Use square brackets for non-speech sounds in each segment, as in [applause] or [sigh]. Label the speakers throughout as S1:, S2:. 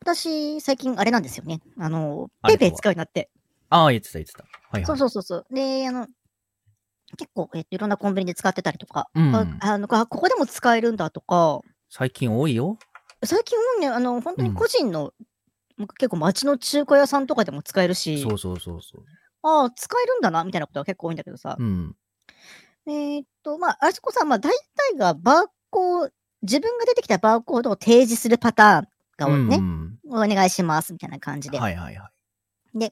S1: 私、最近あれなんですよね。あの、
S2: あ
S1: ペイ
S2: れとは
S1: ペイ使うようになって。
S2: ああ、言ってた言ってた。はい
S1: そ
S2: は
S1: う
S2: い。
S1: そうそうそう。で、あの、結構、えっと、いろんなコンビニで使ってたりとか、
S2: うん
S1: ああの、あここでも使えるんだとか、
S2: 最近多いよ。
S1: 最近多いね、あの、本当
S2: うん
S1: に個人の、もう結構街の中華屋さんとかでも使えるし
S2: そ、うそうそうそう。
S1: ああ、使えるんだな、みたいなことは結構多いんだけどさ。
S2: うん。
S1: えーっと、まあ、あそこさ、まあ、大体がバーコード、自分が出てきたバーコードを提示するパターンが多いね。
S2: うん
S1: お願いします、みたいな感じ
S2: うん
S1: で。
S2: はいはいはい。
S1: え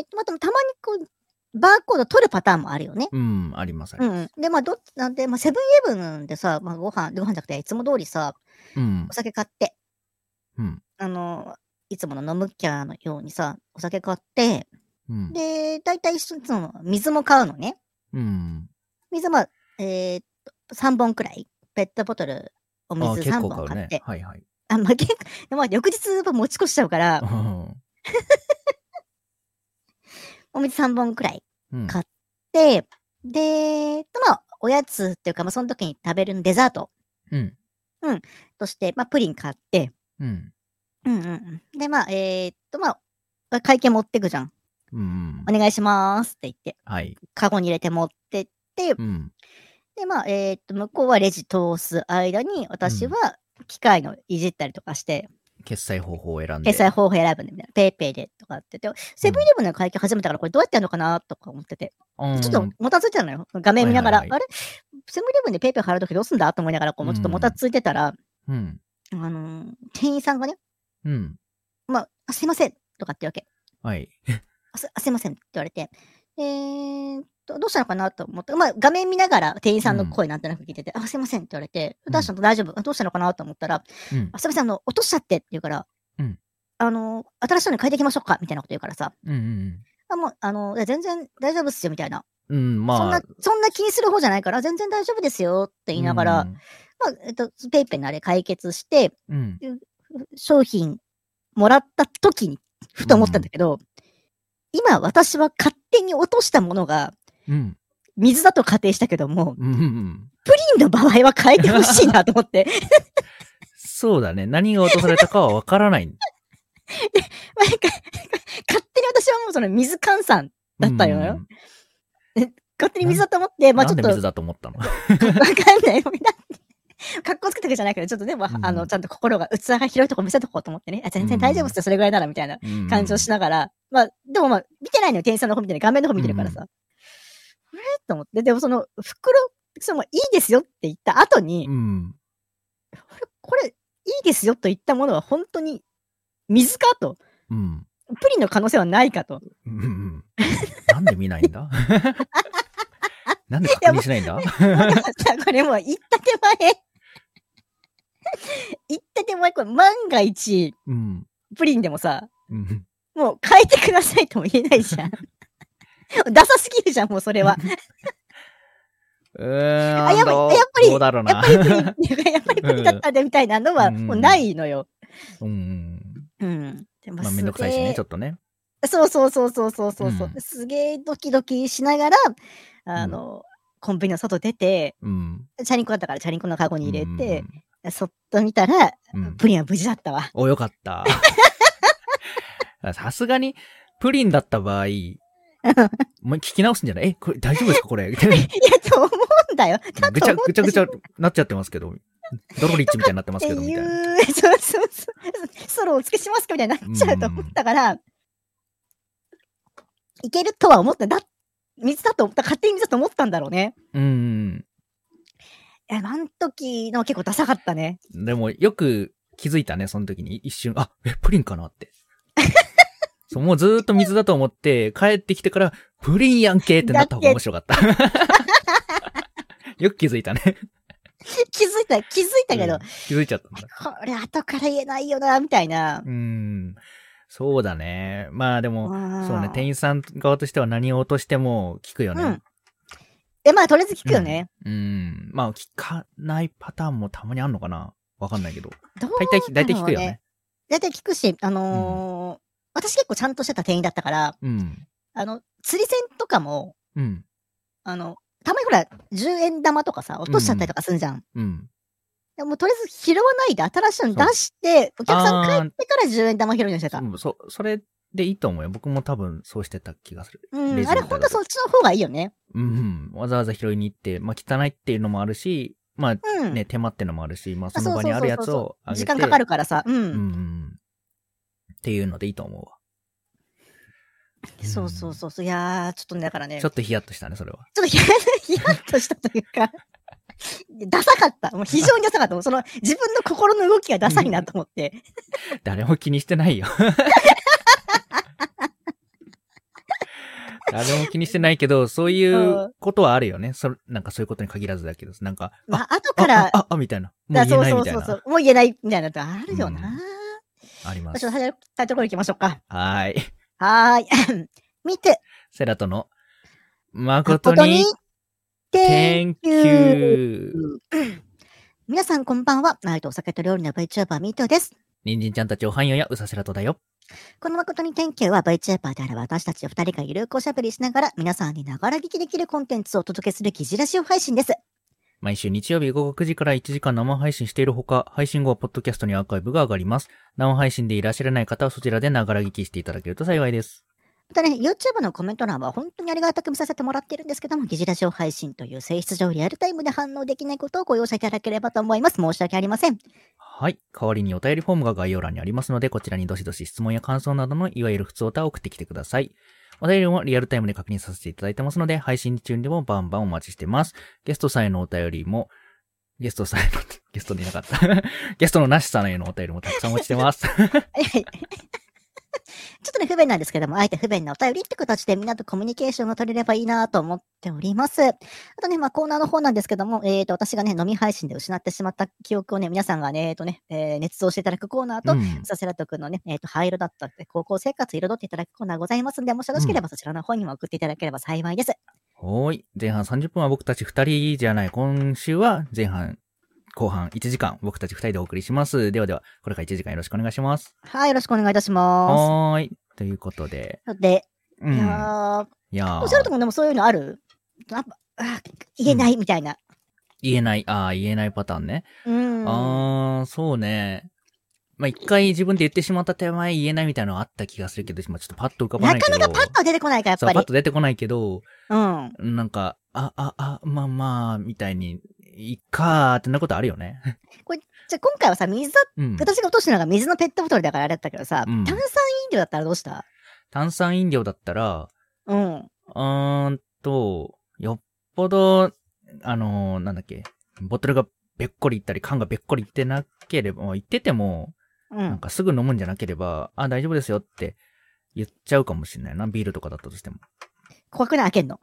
S1: ーっと、まあ、でもたまにこう、バーコード取るパターンもあるよね。
S2: うん、ありますあ
S1: う
S2: り
S1: ん
S2: ます。
S1: うん。で、まあ、どっちなんで、まあ、セブンイレブンでさ、まあ、ご飯、ご飯じゃなくて、いつも通りさ、
S2: うん
S1: お。酒買って、
S2: うん。
S1: あの、いつもの飲むキャーのようにさ、お酒買って、
S2: うん。
S1: で、大体一緒にその水も買うのね。
S2: うん。
S1: 水は、えーっと、3本くらい。ペットボトル、お
S2: ああ、
S1: 水
S2: 結
S1: 3
S2: 構
S1: 本
S2: 買
S1: 買
S2: う
S1: っ
S2: ね
S1: て。。
S2: はいはい。
S1: あ、まあ、結構、まあ、翌日分持ち越しちゃうから、お水3本くらい
S2: うん。
S1: 買で、で、とまあ、おやつっていうか、まあ、その時に食べるデザート
S2: うん。
S1: として、まあ、プリン買って、
S2: うん。
S1: うんうんうん。で、まあ、えーっと、まあ、会計持ってくじゃん。
S2: うん
S1: お。願いしますって言って、
S2: はい。
S1: カゴに入れて持ってって、
S2: うん。
S1: で、まあ、えーっと、向こうはレジ通す間に、私
S2: うん
S1: は機械のいじったりとかして、
S2: 決済方法を選んで。
S1: 決済方法選ぶんで、みたいな、ペイペイでとかって言って、セブンイレブンの会計始めたから、これどうやってやるのかなとか思ってて、
S2: うん
S1: ちょっともたついてたのよ。画面見ながら、
S2: はいは
S1: あれセブンイレブンでペイペイ払うときどうすんだと思いながら、こう、ちょっともたついてたら、
S2: うん。
S1: あのー店員さんがね、
S2: うん。
S1: まああ、すいませんとかってわけ。
S2: はい。
S1: あすあすいませんって言われて、えーっと、どうしたのかなと思って、まあ、画面見ながら店員さんの声なんとなく聞いてて、あ、すいませんって言われて、
S2: うん
S1: ダッシュの大丈夫あどうしたのかなと思ったら、
S2: うん
S1: あ。すいません、あの、落としちゃってって言うから、
S2: うん
S1: あの、新しいのに変えていきましょうかみたいなこと言うからさ、
S2: うんうん
S1: あ、もう、あの、いや全然大丈夫っすよみたいな。
S2: うん。うん、
S1: そん
S2: ま
S1: な
S2: あ。、
S1: そんな気にする方じゃないから、全然大丈夫ですよって言いながら、まあ、えっと、ペイペイのあれ解決して、
S2: うん。うん。
S1: 商品もらった時に、ふと思ったんだけど、今私は勝手に落としたものが、
S2: うん。
S1: 水だと仮定したけども、
S2: うんうんうん。
S1: プリンの場合は変えてほしいなと思
S2: [laughs]
S1: って。
S2: そうだね。何が落とされたかはわからない。
S1: 毎回勝手に私はもうその水換算、 [laughs] だったよ
S2: うん。
S1: 勝手に水だと思って、まあ
S2: な
S1: ちょっ
S2: んで
S1: と、わ
S2: 水だと思ったの
S1: かんない。みんな格好つけたわけじゃないけど、ちょっとね、まあ
S2: うん
S1: あの、ちゃんと心が、器が広いとこ見せとこうと思ってね。あ全然大丈夫っすよ、それぐらいなら、みたいな感じをしながら。まあ、でもまあ、見てないのよ、店員さんの方見てない。画面の方見てるからさ。あれと思って。でもその、袋、その、いいですよって言った後に
S2: う、ん。
S1: これ、いいですよと言ったものは本当に、水かと。
S2: うん。
S1: プリンの可能性はないかと。
S2: うんうん。なんで見ないんだなんで確認しないんだ
S1: だからさ、これもう言った手前。 [laughs] 言った手前、これ万が一、
S2: うん。
S1: プリンでもさ、
S2: うん
S1: もう変えてくださいとも言えない
S2: [laughs]
S1: じゃん。ダサすぎるじゃん、もうそれは。
S2: うーん。
S1: あやっぱ
S2: どう
S1: やっぱり
S2: どうだろう
S1: やっ
S2: な
S1: ぱ。りプリン、やっぱりプリンだったんでみたいなのは、
S2: うん
S1: もうないのよ。
S2: うん
S1: う
S2: うん。
S1: ん。でも
S2: まあ、めんどくさいしね、ちょ
S1: っ
S2: っとね。
S1: と。そうそうそうそうそうそうそう、
S2: うん
S1: すげえドキドキしながら、あの、コンビニの外出て、
S2: うん。
S1: チャリンコだったからチャリンコのカゴに入れて、
S2: うん
S1: そっと見たら、
S2: うんうん。
S1: プリンは無事だったわ。
S2: お、よかった。 [laughs] さすがに、プリンだった場合、もう聞き直すんじゃないえ、これ大丈夫ですか
S1: [laughs]
S2: これ。
S1: いや、と思うんだよ。だ
S2: [laughs] ぐち
S1: と
S2: ゃ
S1: 思
S2: ぐちゃぐちゃなっちゃってますけど。ドロリッチみたいになってま
S1: っ
S2: す
S1: て
S2: けど、み
S1: い
S2: たいな。
S1: う、そうそうそう。ソロお付けしますかみたいになっちゃうと思ったから、いけるとは思った。だ、水だと思った。勝手に水だと思ったんだろうね。
S2: うん。
S1: え、あの時の結構ダサかったね。
S2: でも、よく気づいたね、その時に。一瞬、あ、え、プリンかなって。 [laughs] そう、もうずーっと水だと思って、帰ってきてから、プリンやんけってなった方が面白かった。 [laughs] よく気づいたね。
S1: 気づいた、気づいたけど、
S2: うん気づいちゃったんだ。
S1: これ後から言えないよな、みたいな。
S2: うん。そうだね。まあでも、そうね、店
S1: 員。
S2: 員さん側としては何を落としても聞くよね。
S1: うんえ、まあ、とりあえず聞くよね。
S2: うん。うん。まあ、聞かないパターンもたまにあんのかなわかんないけど。
S1: どう
S2: 大体、大体聞くよね。
S1: だいたい聞くし、あのー私結構ちゃんとしてた店員だったから、
S2: うん。
S1: あの、釣り銭とかも、
S2: うん。
S1: あの、たまにほら、10円玉とかさ、落としちゃったりとかするじゃん。
S2: うん。
S1: やもうとりあえず拾わないで新しいの出して、お客さん帰ってから10円玉拾いにしてた。
S2: うんそ、それでいいと思うよ。僕も多分そうしてた気がする。
S1: う
S2: レ
S1: ん。
S2: ジ
S1: あれ
S2: みたいな
S1: ほんとそっちの方がいいよね。
S2: うん、うん。わざわざ拾いに行って、まあ汚いっていうのもあるし、まあ
S1: うん。
S2: ね、手間ってのもあるし、まあ
S1: あ
S2: その場にあるやつ
S1: そうそう
S2: をあげて。
S1: 時間かかるからさ。う。
S2: うん。うんん。っていうのでいいと思うわ。
S1: そうそうそうそう。いやー、ちょっとね、だからね、
S2: ち
S1: ち
S2: ょ
S1: ょっ
S2: っとヒヤッとしたね、それは。
S1: とヒヤヒヤッとしたというか、ダサかった。もう非常にダサかった。もうその自分の心の動きがダサいなと思って。
S2: 誰も気にし
S1: [laughs]
S2: てないよ。誰も気にしてないけど、そういうことはあるよね。そなんかそういうことに限らずだけど、なんか、
S1: まあ、後
S2: あ
S1: から、
S2: あ、あ、あみたいな。もう
S1: だ
S2: 言えない
S1: そ
S2: み
S1: う
S2: たい
S1: そうそうそ
S2: な。
S1: う。もう言えないみたいなのってあるよな。
S2: うんあり
S1: ま
S2: ま
S1: あち
S2: す
S1: ょっ。と早くタイトルコール行きましょうか。
S2: はーい。
S1: はーい。 [clears throat] 見て、
S2: セラトの、
S1: こ
S2: 誠
S1: とに、、
S2: に Thank you!
S1: 皆さんこんばんは。ナイトお酒と料理の VTuber ミートです。
S2: 人参ちゃんたちおはんよやうさセラトだよ。
S1: この誠に Thank you は VTuber である私たち二人がゆるくおしゃべりしながら皆さんにながら聞きできるコンテンツをお届けする記事ラジオ配信です。
S2: 毎週日曜日午後9時から1時間生配信しているほか、配信後はポッドキャストにアーカイブが上がります。生配信でいらっしゃらない方はそちらでながら聞きしていただけると幸いです。
S1: またね、YouTube のコメント欄は本当にありがたく見させてもらってるんですけども、議事ラジオ配信という性質上リアルタイムで反応できないことをご容赦いただければと思います。申し訳ありません。
S2: はい。代わりにお便りフォームが概要欄にありますので、こちらにどしどし質問や感想などの、いわゆる普通歌を送ってきてください。お便りもリアルタイムで確認させていただいてますので、配信中でもバンバンお待ちしてます。ゲストさんへのお便りも、ゲストさんへの、 [laughs] ゲストでいなかった。 [laughs] ゲストのなしさんへのお便りもたくさんお待ちし
S1: [laughs]
S2: てます。
S1: はいはいちょっとね、不便なんですけども、あえて不便なお便りって形でみんなとコミュニケーションが取れればいいなと思っております。あとね、まあコーナーの方なんですけども、えっ、と、私がね、飲み配信で失ってしまった記憶をね、皆さんがね、えっ、とね、えー、捏造していただくコーナーと、
S2: うん
S1: させらとくんのね、えっ、と、灰色だったって高校生活彩っていただくコーナーございますんで、もしよろしければそちらの方にも送っていただければ幸いです。
S2: はーい。前半30分は僕たち2人じゃない。今週は前半、後半1時間、僕たち2人でお送りします。ではでは、これから1時間よろしくお願いします。
S1: はい、よろしくお願いいたしま
S2: はーい。ということで。
S1: す。で、
S2: う
S1: い
S2: ん。いや
S1: やー、おっしゃると
S2: ー
S1: こでもそういうのあるやっぱあ言えないみたいな。
S2: 言えない、ああ、言えないパターンね。
S1: うん。
S2: あー、そうね。まあ、一回自分で言ってしまった手前言えないみたいなのあった気がするけど、今ちょっとパッと浮かば
S1: な
S2: ないけ
S1: か
S2: ど。
S1: なかパッとは出てこないから、やっ
S2: そう、
S1: ぱ
S2: パッ
S1: り。
S2: と出てこないけど、
S1: うん。
S2: なんか、あ、あ、あ、まあまあ、みたいに、いっかーってなことあるよね。
S1: じゃあ今回はさ、水だ、
S2: うん。
S1: 私が落としたのが水のペットボトルだからあれだったけどさ、
S2: うん
S1: 炭酸飲料だったらどうした
S2: 炭酸飲料だったら、
S1: うん。
S2: うーんと、よっぽど、あのーなんだっけ、ボトルがべっこりいったり、缶がべっこりいってなければ、いってても、
S1: う
S2: なん
S1: ん。
S2: かすぐ飲むんじゃなければ、あ、大丈夫ですよって言っちゃうかもしれないな、ビールとかだったとしても。
S1: 怖くない開けんの。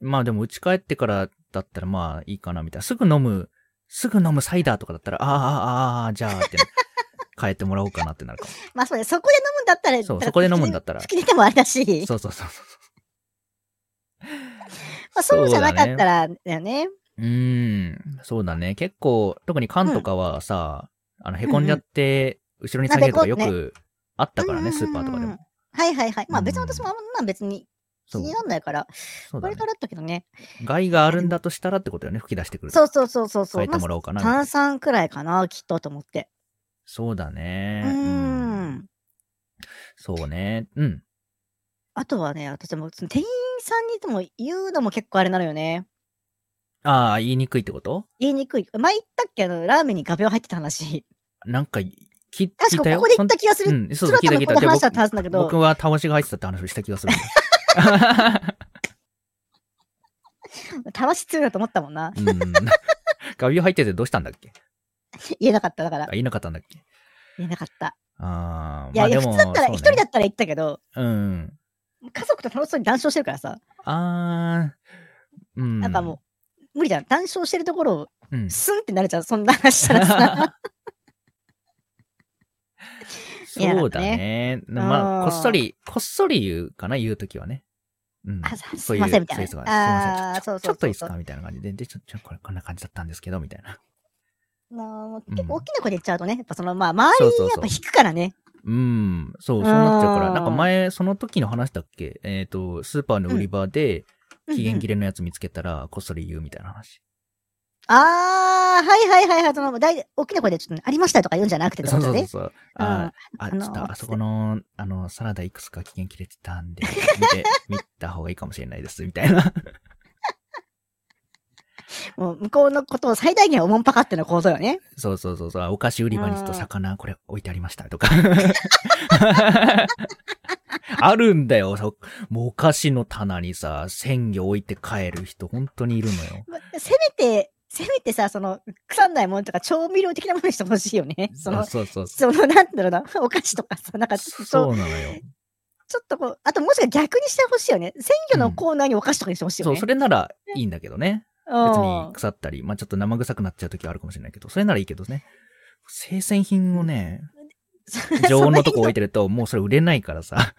S2: まあでも、家帰ってからだったらまあいいかな、みたいな。すぐ飲む、すぐ飲むサイダーとかだったら、ああ、あーあー、じゃあ、って、
S1: [laughs]
S2: 帰ってもらおうかなってなるかも。
S1: まあそうね、そこで飲むんだったら、
S2: そう、そこで飲むんだ
S1: っ
S2: っ
S1: [laughs]
S2: たら。
S1: 吹き出てもあれだし、
S2: そうそうそう。
S1: まあそうじゃなかったら、だよね。
S2: うーん、そうだね。結構、特に缶とかはさ、あの、へこんじゃって、後ろに下げるとかよ
S1: まあへこ
S2: くあったから
S1: うんうんう
S2: ね、
S1: ん
S2: スーパーとかでも。
S1: はいはいはい。まあ別に
S2: うん
S1: 私もあんなん別に気
S2: そう
S1: に。なんないから、
S2: そう
S1: こ
S2: だ
S1: れ
S2: ね
S1: か。らだったけどね。
S2: 害があるんだとしたらってことよね、吹き出してくると。
S1: そうそうそうそうそ
S2: 変
S1: う。
S2: え
S1: ま
S2: ても
S1: あ
S2: らおうかな。
S1: 炭酸くらいかな、きっとと思って。
S2: そうだ
S1: う
S2: ね。
S1: ーん。。
S2: そうね。うん。
S1: あとはね、私もその店員さんにでも言うのも結構あれなのよね。
S2: ああ、言いにくいってこと
S1: 言いにくい。前言ったっけあの、ラーメンに画鋲入ってた
S2: [laughs]
S1: 話。
S2: なんか、聞い
S1: 確
S2: た
S1: か
S2: よ。
S1: ここで言った気がす
S2: そん
S1: る。
S2: うん、そ
S1: そうれ
S2: そう、
S1: は
S2: 聞
S1: 多
S2: いた
S1: 分こ
S2: 聞いた
S1: の
S2: で
S1: 話だったはずだけ
S2: 僕。
S1: ど
S2: 僕、はタワシが入ってたって話をした気がする。
S1: たわし強いなと思ったもんな。
S2: うん。 [laughs] 画鋲入っててどうしたんだっけ
S1: 言えなかった、だから
S2: あ。言いなかったんだっけ
S1: 言えなかった。
S2: ああ、
S1: いや、いや普通だったら、
S2: そう
S1: 一
S2: ね
S1: 人だったら言ったけど、
S2: うん。
S1: 家族と楽しそうに談笑してるからさ、
S2: あー、うん。
S1: なんかもう、無理じゃん。談笑してるところを、
S2: う、ん。
S1: スンってなれちゃう、そんな話した
S2: [laughs]
S1: らさ。
S2: そうだね。ま
S1: う
S2: あ、
S1: ん
S2: こっそり、こっそり言うかな、言うときはね。うん
S1: あさ。
S2: そう
S1: すい
S2: いう
S1: ませんみたいな
S2: そううが
S1: あー
S2: すいま
S1: そうそうそうそう
S2: せんちょちょっといいですかみたいな感じで。で、ちょ、ちょ、これ、こんな感じだったんですけど、みたいな。
S1: もう
S2: うん
S1: 結構大きな声で言っちゃうとね、やっぱその、まあ、周
S2: そう
S1: りに
S2: そう
S1: や
S2: そ
S1: っ
S2: う
S1: ぱ引くからね。
S2: うん。そう、そうなっちゃう
S1: う
S2: から。
S1: ん
S2: なんか前、その時の話だっけえっと、スーパーの売り場で、期限切
S1: れ。
S2: れのやつ見つけたら、こっそり言うみたいな話。
S1: あー、はいはいはいはい。その、大、大きな声でちょっとね、ありましたとか言うんじゃなくてってこ
S2: そう
S1: とだ
S2: そ
S1: ね。
S2: うそう。
S1: うん
S2: あ、あ、
S1: あ
S2: ち
S1: の
S2: ょっとあそこの、あの、サラダいくつか期限切れてたんで、見て、見た方がいいかもしれないです、みたいな。
S1: もう、向こうのことを最大限おもんぱかっての行動よね。
S2: そうそうそうそうあ。お菓子売り場にちょっと魚、これ置いてありました、とか。 [laughs] あるんだよ。そもうお菓子の棚にさ、鮮魚置いて帰る人、本当にいるのよ。
S1: ませめて、せめてさ、その、腐んないものとか調味料的なものにしてほしいよね。そ
S2: あ
S1: の、
S2: [laughs] そうそうそ
S1: その、なんだろうな、お菓子とかさ、なんか、
S2: う。
S1: ちょっ
S2: そ
S1: と
S2: うなのよ。
S1: ちょっとこう、あともしか逆にしてほしいよね。鮮魚のコーナーにお菓子とかにしてほしい
S2: そ
S1: よ
S2: う、
S1: ね。
S2: それならいいんだけどね。
S1: うん
S2: 別に腐ったり、まあちょっと生臭くなっちゃう時はあるかもしれないけど、それならいいけどね。生鮮品をね、 [laughs] 常温のとこ置いてると、もうそれ売れないからさ、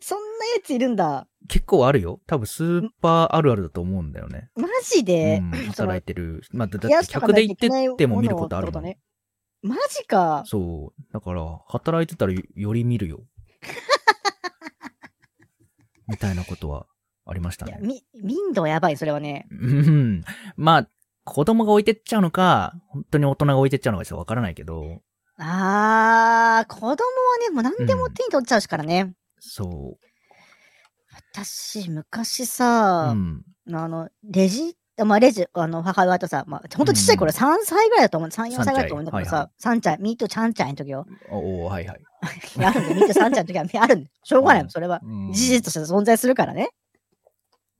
S1: そんなやついるんだ。
S2: 結構あるよ。多分スーパーあるあるだと思うんだよね。
S1: マジで。
S2: うん、
S1: その
S2: 働いてる。まあ、だだ
S1: 冷や
S2: っ
S1: してとか
S2: 客
S1: な
S2: で
S1: い
S2: 行っ
S1: といけ
S2: て
S1: ない
S2: っても見ることある
S1: もの
S2: も
S1: を
S2: ん
S1: ってこ。とね。マジか。
S2: そう。だから、働いてたらよより見
S1: [laughs]
S2: るよ。みたいなことはありました
S1: いや
S2: ね、。
S1: み、民度はやばい、それはね。
S2: うん。 [laughs] まあ、子供が置いてっちゃうのか、本当に大人が置いてっちゃうのかちょっとわからないけど、
S1: あー、子供はね、もう何でも手に取っちゃうしからね。
S2: そう。
S1: 私、昔
S2: う
S1: さ、
S2: ん。
S1: あの、レジ、まあ、レジ、あの、母親とさ、まあ、ほんとちっちゃい頃、3歳ぐらいだと思う、3、4歳ぐらいだと思うんだけどさ、3歳、ミートちゃんちゃんの時よ。 [laughs]
S2: おおはいはい。
S1: いやあるんで、ミートちゃんちゃんの時は [laughs] あるんで、しょうがないもん、それは。
S2: うん
S1: 事実として存在するからね。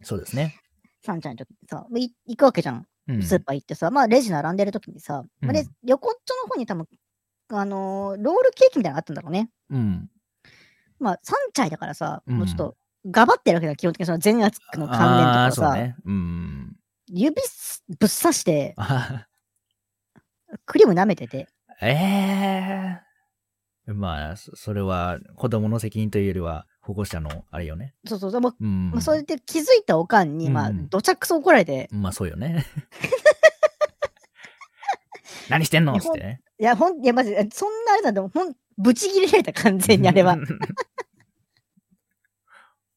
S2: そうですね。
S1: サンちゃんの時にさ、い行くわけじゃん。
S2: うん。
S1: スーパー行ってさ、まあレジ並んでる時にさ、まあレ
S2: うん
S1: 横っちょの方に多分、あのーロールケーキみたいなのがあったんだろうね。
S2: うん。
S1: まあ、サンチャイだからさ、
S2: うん
S1: もうちょっと、がばってるわけだよ基本的にその全圧の関連と
S2: あ
S1: か
S2: あ
S1: を
S2: ー、そう
S1: さ、
S2: ね。うん。
S1: 指すぶっ刺して、
S2: あはは
S1: クリーム舐めてて、
S2: ええまあ、そそれは子供の責任というよりは保護者のあれよね。
S1: そうそうそう、もう
S2: うん。
S1: まあ、それで気づいたおかんに、ま
S2: う
S1: あ、
S2: ん
S1: どちゃくそ怒られて、
S2: まあそうよね。 [laughs] 何してんのっつってね。
S1: いや、ほん、いや、まじ、そんなあれなんだもん、ほん、ぶち切れられた、完全にあれは。。
S2: [laughs]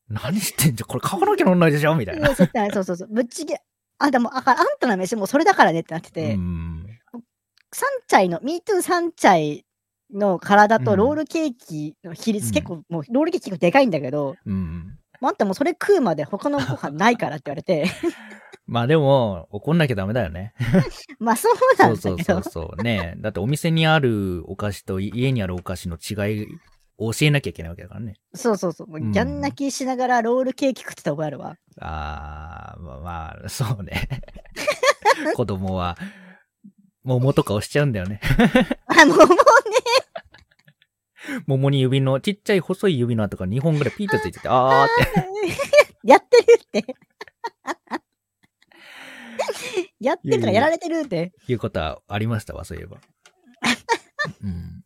S2: 何してんじゃんこれ買わなきゃなんないでしょみたい
S1: い
S2: な。
S1: やそうそうそうそう、ぶっちぎれ、あ、でも、あかあんたの飯もうそれだからねってなってて、
S2: うん。
S1: サンチャイの、MeToo サンチャイの体
S2: う
S1: と
S2: ん
S1: ロールケーキの比率、
S2: うん
S1: 結構、もうロールケーキ結構でかいんだけど、
S2: うん。
S1: もうあんたもうそれ食うまで他のご飯ないからって言われて、 [laughs]
S2: まあでも、怒んなきゃダメだよね。
S1: まあそう [laughs] な
S2: そ
S1: んだ
S2: う
S1: け
S2: そ
S1: ど、
S2: うそうそう。ねだってお店にあるお菓子とい家にあるお菓子の違いを教えなきゃいけないわけだからね。
S1: そうそうそう、もうギャン泣きしながらロールケーキ食ってた覚えあるわ。
S2: あー、まあ、まあ、 [laughs] そうね。子供は、桃とか押しちゃうんだよね。 [laughs]
S1: あ、もう、もうね、
S2: 桃に指の、ちっちゃい細い指の跡が2本ぐらいピーってつ
S1: [laughs]
S2: いてて、あーって。
S1: やってる
S2: [laughs]
S1: って。やってるとかやられてるって。
S2: いうことはありましたわ、そういえば。 [laughs] うん。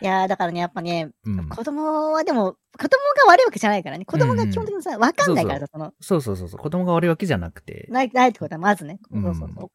S1: いやーだからね、やっぱね、
S2: うん
S1: 子供はでも、子供が悪いわけじゃないからね。子供が基本的にさ、わかんないからさ、その、
S2: そうそうそうそう。子供が悪いわけじゃなくて。
S1: ない、ないってことはまずね。
S2: う
S1: そ
S2: ん
S1: うそうそ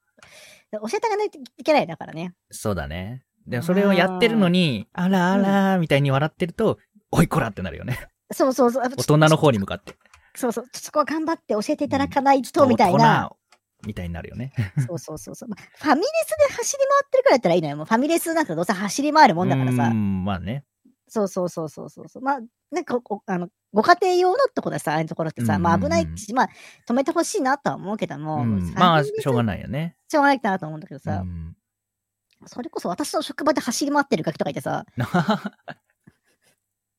S1: う。教えてあげないといけないだからね。
S2: そうだね。でもそれをやってるのに、あらあらーみたいに笑ってると、おいこらってなる
S1: [laughs]
S2: よね。
S1: そうそうそう。
S2: 大人の方に向かって。
S1: そうそう。そこは頑張って教えていただかないと、みたい
S2: 大
S1: な。
S2: 人。みたいになるよね。
S1: そうそうそうそう。まあファミレスで走り回ってるくらいだったらいいのよ。もうファミレスなんかどうせ走り回るもんだから
S2: う
S1: さ。
S2: ん、まあね。
S1: そうそうそうそうそうそう。まあ、なんかこうあの、ご家庭用のってことはさ、ああいうところってさ、
S2: うん
S1: まあ危ないし、まあ止めてほしいなとは思うけども、
S2: うん
S1: ファ
S2: まあ、
S1: ミ
S2: し
S1: レス
S2: ょうがないよね。
S1: しょうがないかなと思うんだけど
S2: う
S1: さ、
S2: ん
S1: それこそ私の職場で走り回ってるガキとかいてさ、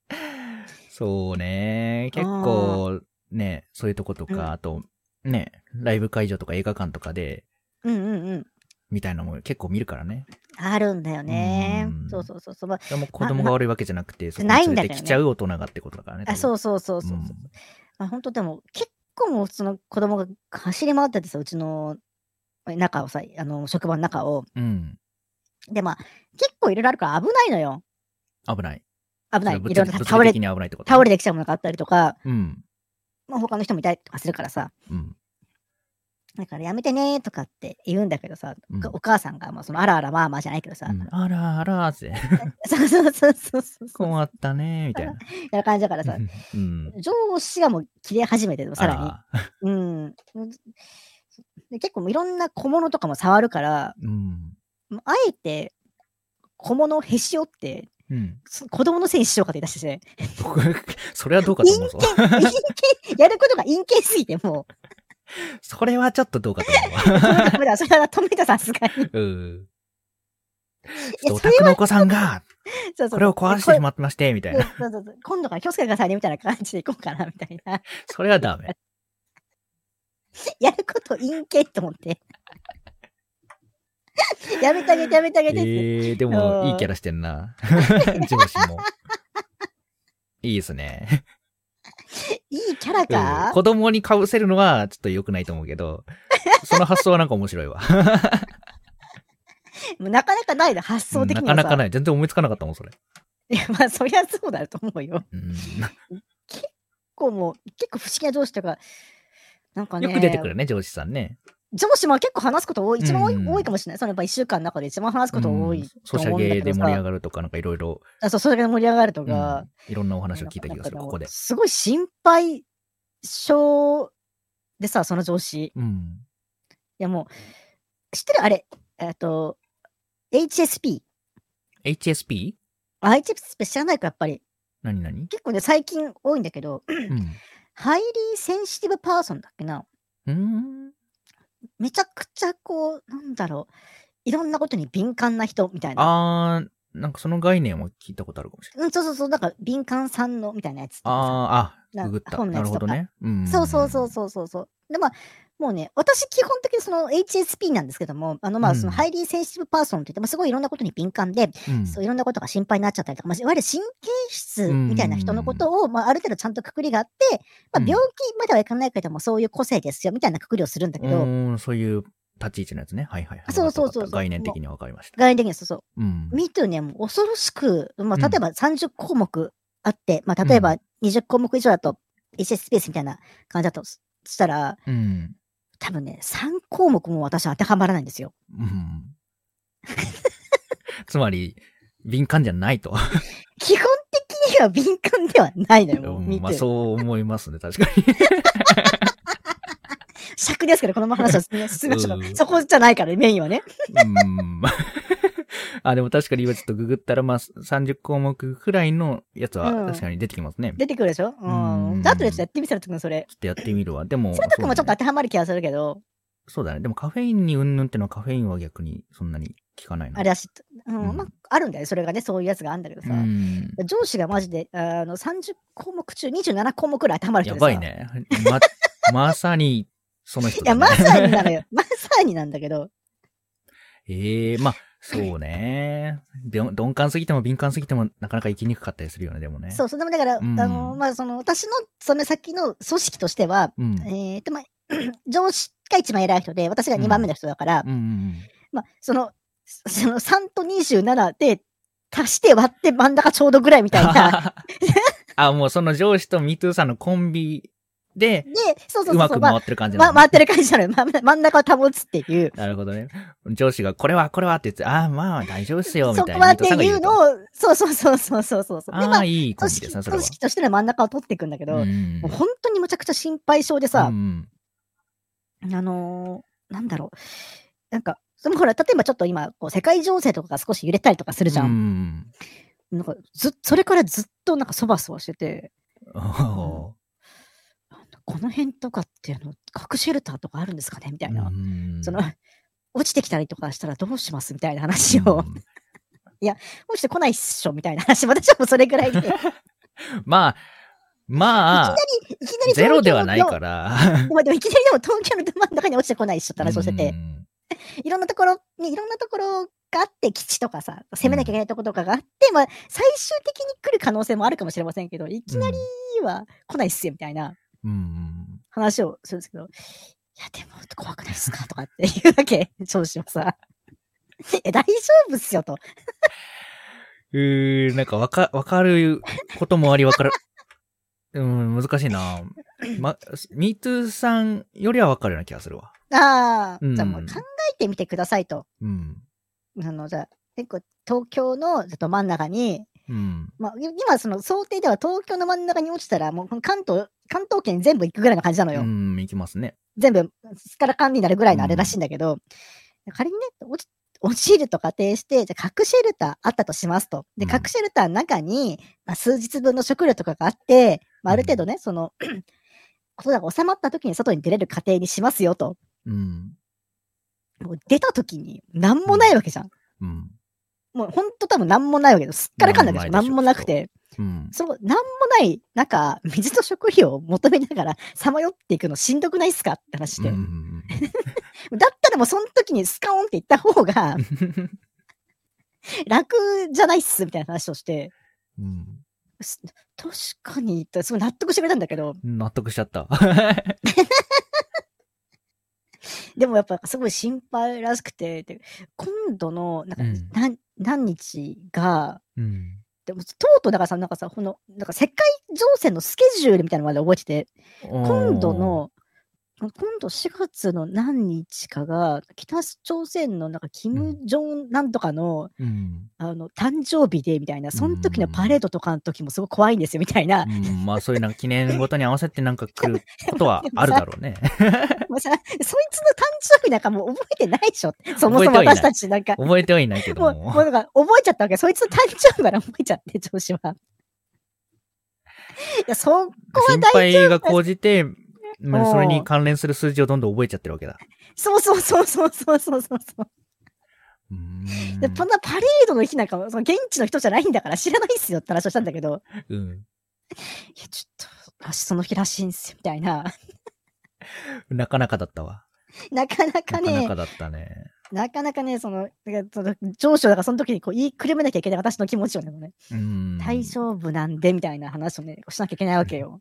S2: [laughs] そうね。結構、ね、そういうとこと
S1: うん
S2: か、あと、ね、ライブ会場とか映画館とかで、
S1: うんうんうん。
S2: みたいなのも結構見るからね。
S1: あるんだよね
S2: う。ん
S1: そうそうそうそう。まあ
S2: でも子供が悪いわけじゃなくて、そこに
S1: ないんだ
S2: 連
S1: けど
S2: れて
S1: ね
S2: きちゃう大人がってことだからね。
S1: あそうそうそううそうそう、
S2: ん
S1: まあ、本当でも結構もうその子供が走り回っててさうちの中をさあの職場の中を
S2: うん。
S1: でまあ結構いろいろあるから危ないのよ
S2: 危ない。
S1: 危ない
S2: それ
S1: いろいろ倒
S2: 物理物理
S1: れ
S2: 的に危ないってこと
S1: 倒れてきちゃうものがあったりとか、
S2: うん。
S1: まあ、他の人もいたりとかするからさ
S2: うん。
S1: だからやめてねーとかって言うんだけどさ、
S2: うん
S1: お母さんが、まあ、その、あらあらまあまあじゃないけどさ、
S2: うんあらあらーって、
S1: [laughs] そうそうそうそうそう。
S2: 困ったねーみたいな。
S1: みたいな感じだからさ、
S2: うん。
S1: 上司がもう切れ始めて、さら
S2: あ
S1: に。
S2: ら
S1: うん。で結構もういろんな小物とかも触るから、
S2: ーうん。
S1: もうあえて小物をへし折って、
S2: うん。 [laughs]
S1: そ子供のせいにしようかって言い出してて、
S2: 僕、それはどうかと
S1: 陰
S2: 思うぞ。
S1: 険、陰
S2: [laughs]
S1: 険、やることが陰険すぎて、も
S2: それはちょっとどうかと思
S1: う、それはダメだ、それは止めたさすがに。
S2: うわ。うん。ち
S1: いや、
S2: ょっとお
S1: それ
S2: 宅のお子さんが、
S1: そうそ
S2: こ
S1: う
S2: れを壊してしまってまして、みたいな。
S1: そうそうそう今度から気をつけてくださいね、みたいな感じでいこうかな、みたいな。
S2: それは
S1: [laughs]
S2: ダメ。
S1: やること陰険と思って。やめてあげて、やめてあげてって。
S2: えー、で
S1: う
S2: も、
S1: ん
S2: いいキャラして
S1: [laughs]
S2: んな。上司も。いいですね。
S1: いいキャラ
S2: うん
S1: か、
S2: 子供に被せるのは、ちょっと良くないと思うけど、その発想はなんか面白いわ。
S1: もうなかなかないな、発想的
S2: な
S1: に
S2: か
S1: はさ。
S2: なか
S1: い。
S2: ない。全然思いつかなかったもん、それ。
S1: や、まあ、そりゃそうだと思うよ。
S2: うん
S1: こうもう、結構不思議な上司とか、なんかね、
S2: よく出てくるね、上司さんね。
S1: 上司も結構話すこと多い、一番多い,、
S2: うん
S1: 多いかもしれない。そのやっぱ一週間の中で一番話すこと多
S2: う
S1: い
S2: ん
S1: と
S2: ソシ
S1: 思うん
S2: ャ
S1: だ
S2: ゲ
S1: け
S2: で
S1: どさ。
S2: 盛り上がるとか、なんかいろいろ、
S1: あそう、それが盛り上がると
S2: う
S1: か。
S2: んいろんなお話を聞いた気がする、ここで。
S1: すごい心配性でさ、その上司。い
S2: うん。
S1: やもう、知ってるあれ、えっと、HSP。
S2: HSP?
S1: あ HSP 知らないか、やっぱり。
S2: 何何
S1: 結構ね、最近多いんだけど、
S2: うん。
S1: ハイリーセンシティブパーソンだっけな。
S2: うーん。
S1: めちゃくちゃこう、なんだろう。いろんなことに敏感な人みたいな。
S2: あー、なんかその概念は聞いたことあるかもしれない。
S1: うん、そうそうそう、なんか敏感さんのみたいなやつとか
S2: あー、あ、
S1: な
S2: ググった。
S1: 本の
S2: な
S1: や
S2: る
S1: つ
S2: ほ
S1: と
S2: ど
S1: か
S2: ね。うん。
S1: さ。そうそうそうそうそうそう。で、まあ、もうね、私基本的にその HSP なんですけども、あのま
S2: う
S1: あ
S2: ん
S1: そのハイリーセンシティブパーソンって言って、まあすごいいろんなことに敏感で、
S2: うん。
S1: そういろんなことが心配になっちゃったりとか、まあ、いわゆる神経質みたいな人のことを、まあ、ある程度ちゃんとくくりがあって、まあ、
S2: うん
S1: 病気まではいかないけども、そういう個性ですよみたいなくくりをするんだけ
S2: う
S1: ど、
S2: ーん、そういう立ち位置のやつね。はいはいはい。
S1: そうそう
S2: わかった
S1: そうそう
S2: わかった概念的には分かりました。
S1: 概念的にはそうそう。
S2: うん。
S1: Me too ね、もう恐ろしく、まあ、
S2: うん
S1: 例えば30項目あって、まあ、例えば20項目以上だと HS スペースみたいな感じだとすしたら、
S2: うん。
S1: 多分ね、3項目も私当てはまらないんですよ。
S2: うん。つまり、敏感じゃないと。
S1: 基本的には敏感ではないのよ、もう。
S2: うん
S1: Me
S2: まあ
S1: too。
S2: そう思いますね、確か
S1: 尺ですけど、このまま話は進
S2: [laughs]
S1: め進めましょ
S2: うん
S1: う。そこじゃないから、メインはね。 [laughs]
S2: に。うん。あ、でも確かに今ちょっとググったら、まあ30項目くらいのやつは
S1: うん
S2: 確かに出てきますね。ちょ
S1: 出てくるでしょうん
S2: うん。
S1: あとでちょっとやってみせるとくん、それ。
S2: っとやってみるわ。でも、
S1: それとくんもちょっと
S2: そうだ
S1: 当
S2: ね
S1: てはまる気がするけど、
S2: そうだね。でもカフェインにうんぬんってのはカフェインは逆にそんなに効かないな。
S1: あれだし、うん、
S2: うん
S1: まあ、あるんだよね。それがね、そういうやつがあるんだけど
S2: う
S1: さ。
S2: ん。
S1: 上司がマジで、あの、30項目中27項目くらい当てはまる人
S2: や
S1: でさ
S2: ばい。ね。 [laughs] ま、まさに、その人
S1: い
S2: だ、
S1: や、
S2: ね。
S1: まさになのよ。 [laughs] まさになんだけど、
S2: ええまあ、そうね。で鈍感すぎても敏感すぎてもなかなか生きにくかったりするよね、でもね。。
S1: そうう、それでもだから、
S2: うん
S1: あの、まあ、その、私の、その先の組織としては、
S2: うん。
S1: えーと、まあ、 [clears throat] 上司が一番偉い人で、私が2番目の人だから、
S2: うんうん
S1: まあ、その、その3と27で、足して割って真ん中ちょうどぐらいみたい
S2: [laughs]
S1: な。
S2: あ、もうその上司とミトゥーさんのコンビで
S1: で、、そうそううそう
S2: ま
S1: そう、
S2: く
S1: ま
S2: 回
S1: あ
S2: ってる感じな
S1: ま
S2: の
S1: 回ってる感じなのよ。ま真ん中を保つっていう。
S2: なるほどね。上司が、これは、これはって言って、ああ、まあ、大丈夫っすよ、み
S1: そ
S2: た
S1: こ
S2: いな。
S1: まで言うの
S2: ミトゥーさんが
S1: を、そうそうそうそうそうそうそう。で、
S2: と。あ
S1: ま
S2: あ、
S1: あ、
S2: いいコン
S1: 組
S2: ビ
S1: 織
S2: ですね、それ
S1: 組
S2: は。
S1: 織としての真ん中を取っていくんだけど、
S2: うんう
S1: も
S2: ん
S1: う本当にむちゃくちゃ心配性でさ
S2: う、ん
S1: あのーなんだろう。なんか、そのほら、例えばちょっと今、こう世界情勢とかが少し揺れたりとかするじゃ。
S2: うんん。
S1: なんかずそれからずっとなんかそばそばしてて、
S2: おー
S1: この辺とかっていうの、核シェルターとかあるんですかねみたいな。
S2: うん
S1: その、落ちてきたりとかしたらどうしますみたいな話を、
S2: うん
S1: 落ちてこないっしょみたいな話、私はもうそれぐらいで、いきな
S2: まあ、 [laughs] まあ、
S1: り、いきなり。
S2: ゼロではないからら。
S1: でもでもいきなりでも東京のど真ん中に落ちてこないっしょって話をしてて、
S2: うん
S1: いろんなところに、いろんなところがあって、基地とかさ、攻めなきゃいけないところとかがあって、まあ、最終的に来る可能性もあるかもしれませんけど、いきなりは来ないっすよ、みたいな
S2: うんうん
S1: 話をするんですけど、いや、でも、怖くないっすかとかって [laughs] 言うだけ、上司もさ。え、大丈夫っすよ、と。
S2: うーん、なんかわか、わかることもありわかる。うん、難しいな。ま、MeToo さんよりはわかるような気がするわ。
S1: ああ、
S2: うん
S1: じゃあもう考えてみてくださいと。
S2: うん。
S1: あの、じゃあ、結構東京のちょっと真ん中に、
S2: うん。
S1: まあ、い今その想定では東京の真ん中に落ちたら、もうこの関東、関東圏全部行くぐらいの感じなの
S2: う
S1: よ。
S2: ん、いきますね。
S1: 全部、すっからかんになるぐらいのあれらしいんだけど、仮にね、落ち、落ちると仮定して、じゃあ核シェルターあったとしますと。で、
S2: うん
S1: 核シェルターの中に、まあ、数日分の食料とかがあって、まあ、ある程度ね、その、 [clears throat] ことが収まった時に外に出れる過程にしますよと。
S2: うん。
S1: もう出た時に、なんもないわけじゃん。
S2: うん。
S1: もうほんと多分なんもないわけです。すっからかんだけど、な
S2: なん
S1: ん
S2: も
S1: も
S2: な
S1: ない
S2: でしょ
S1: くて。
S2: うん。
S1: その、なんもない中、水と食料を求めながら、さまよっていくのしんどくないっすかって話して。
S2: うん
S1: だったらもうその時にスカオンって言った方が楽じゃないっすみたいな話をして、
S2: うん。
S1: す確かにと、すごい納得してくれたんだけど、
S2: 納得しちゃった。
S1: でもやっぱすごい心配らしくて、で今度の、なんか、
S2: うん
S1: なん何日が、
S2: うん。
S1: でもとうとうだからさ、なんかさ、この、なんか世界情勢のスケジュールみたいなのまで覚えてて、今度の、今度4月の何日かが、北朝鮮のなんか、キム・ジョンなんとかの、
S2: おー、うん。
S1: あの、誕生日で、みたいな、その時のパレードとかの時もすごい怖いんですよ、みたいな。
S2: うんまあそういうなんか記念ごとに合わせてなんか来ることはある
S1: [laughs]
S2: だろうね。
S1: もうさ、そいつの誕生日なんかもう覚えてないでし
S2: [laughs]
S1: ょ。そもそも
S2: 覚えてはいない
S1: 私たちなんか。
S2: 覚えてはいないけど
S1: もう、もう
S2: も。
S1: なんか覚えちゃったわけ。そいつの誕生日から覚えちゃって、調子は。いや、そこは
S2: 心
S1: 大、
S2: 配が高じて、まあそれに関連する数字をどんどん覚えちゃってるわけだ。
S1: そうそうそうそうそうそうそう。
S2: う
S1: [laughs]
S2: ーん
S1: で、こんなパレードの日なんかも、その現地の人じゃないんだから知らないっすよって話をしたんだけど、
S2: う
S1: い
S2: ん。
S1: や、ちょっと、私その日らしいんすよ、みたいな。 [laughs]
S2: なかなかだったわ。
S1: なかなか
S2: な
S1: ね、
S2: かなかだったね。
S1: なかなかね、その、なんかその上司をだからその時にこう言いくるめなきゃいけない私の気持ちをね、もうね
S2: うん。
S1: 大丈夫なんでみたいな話をね、こうしなきゃいけないわけよ。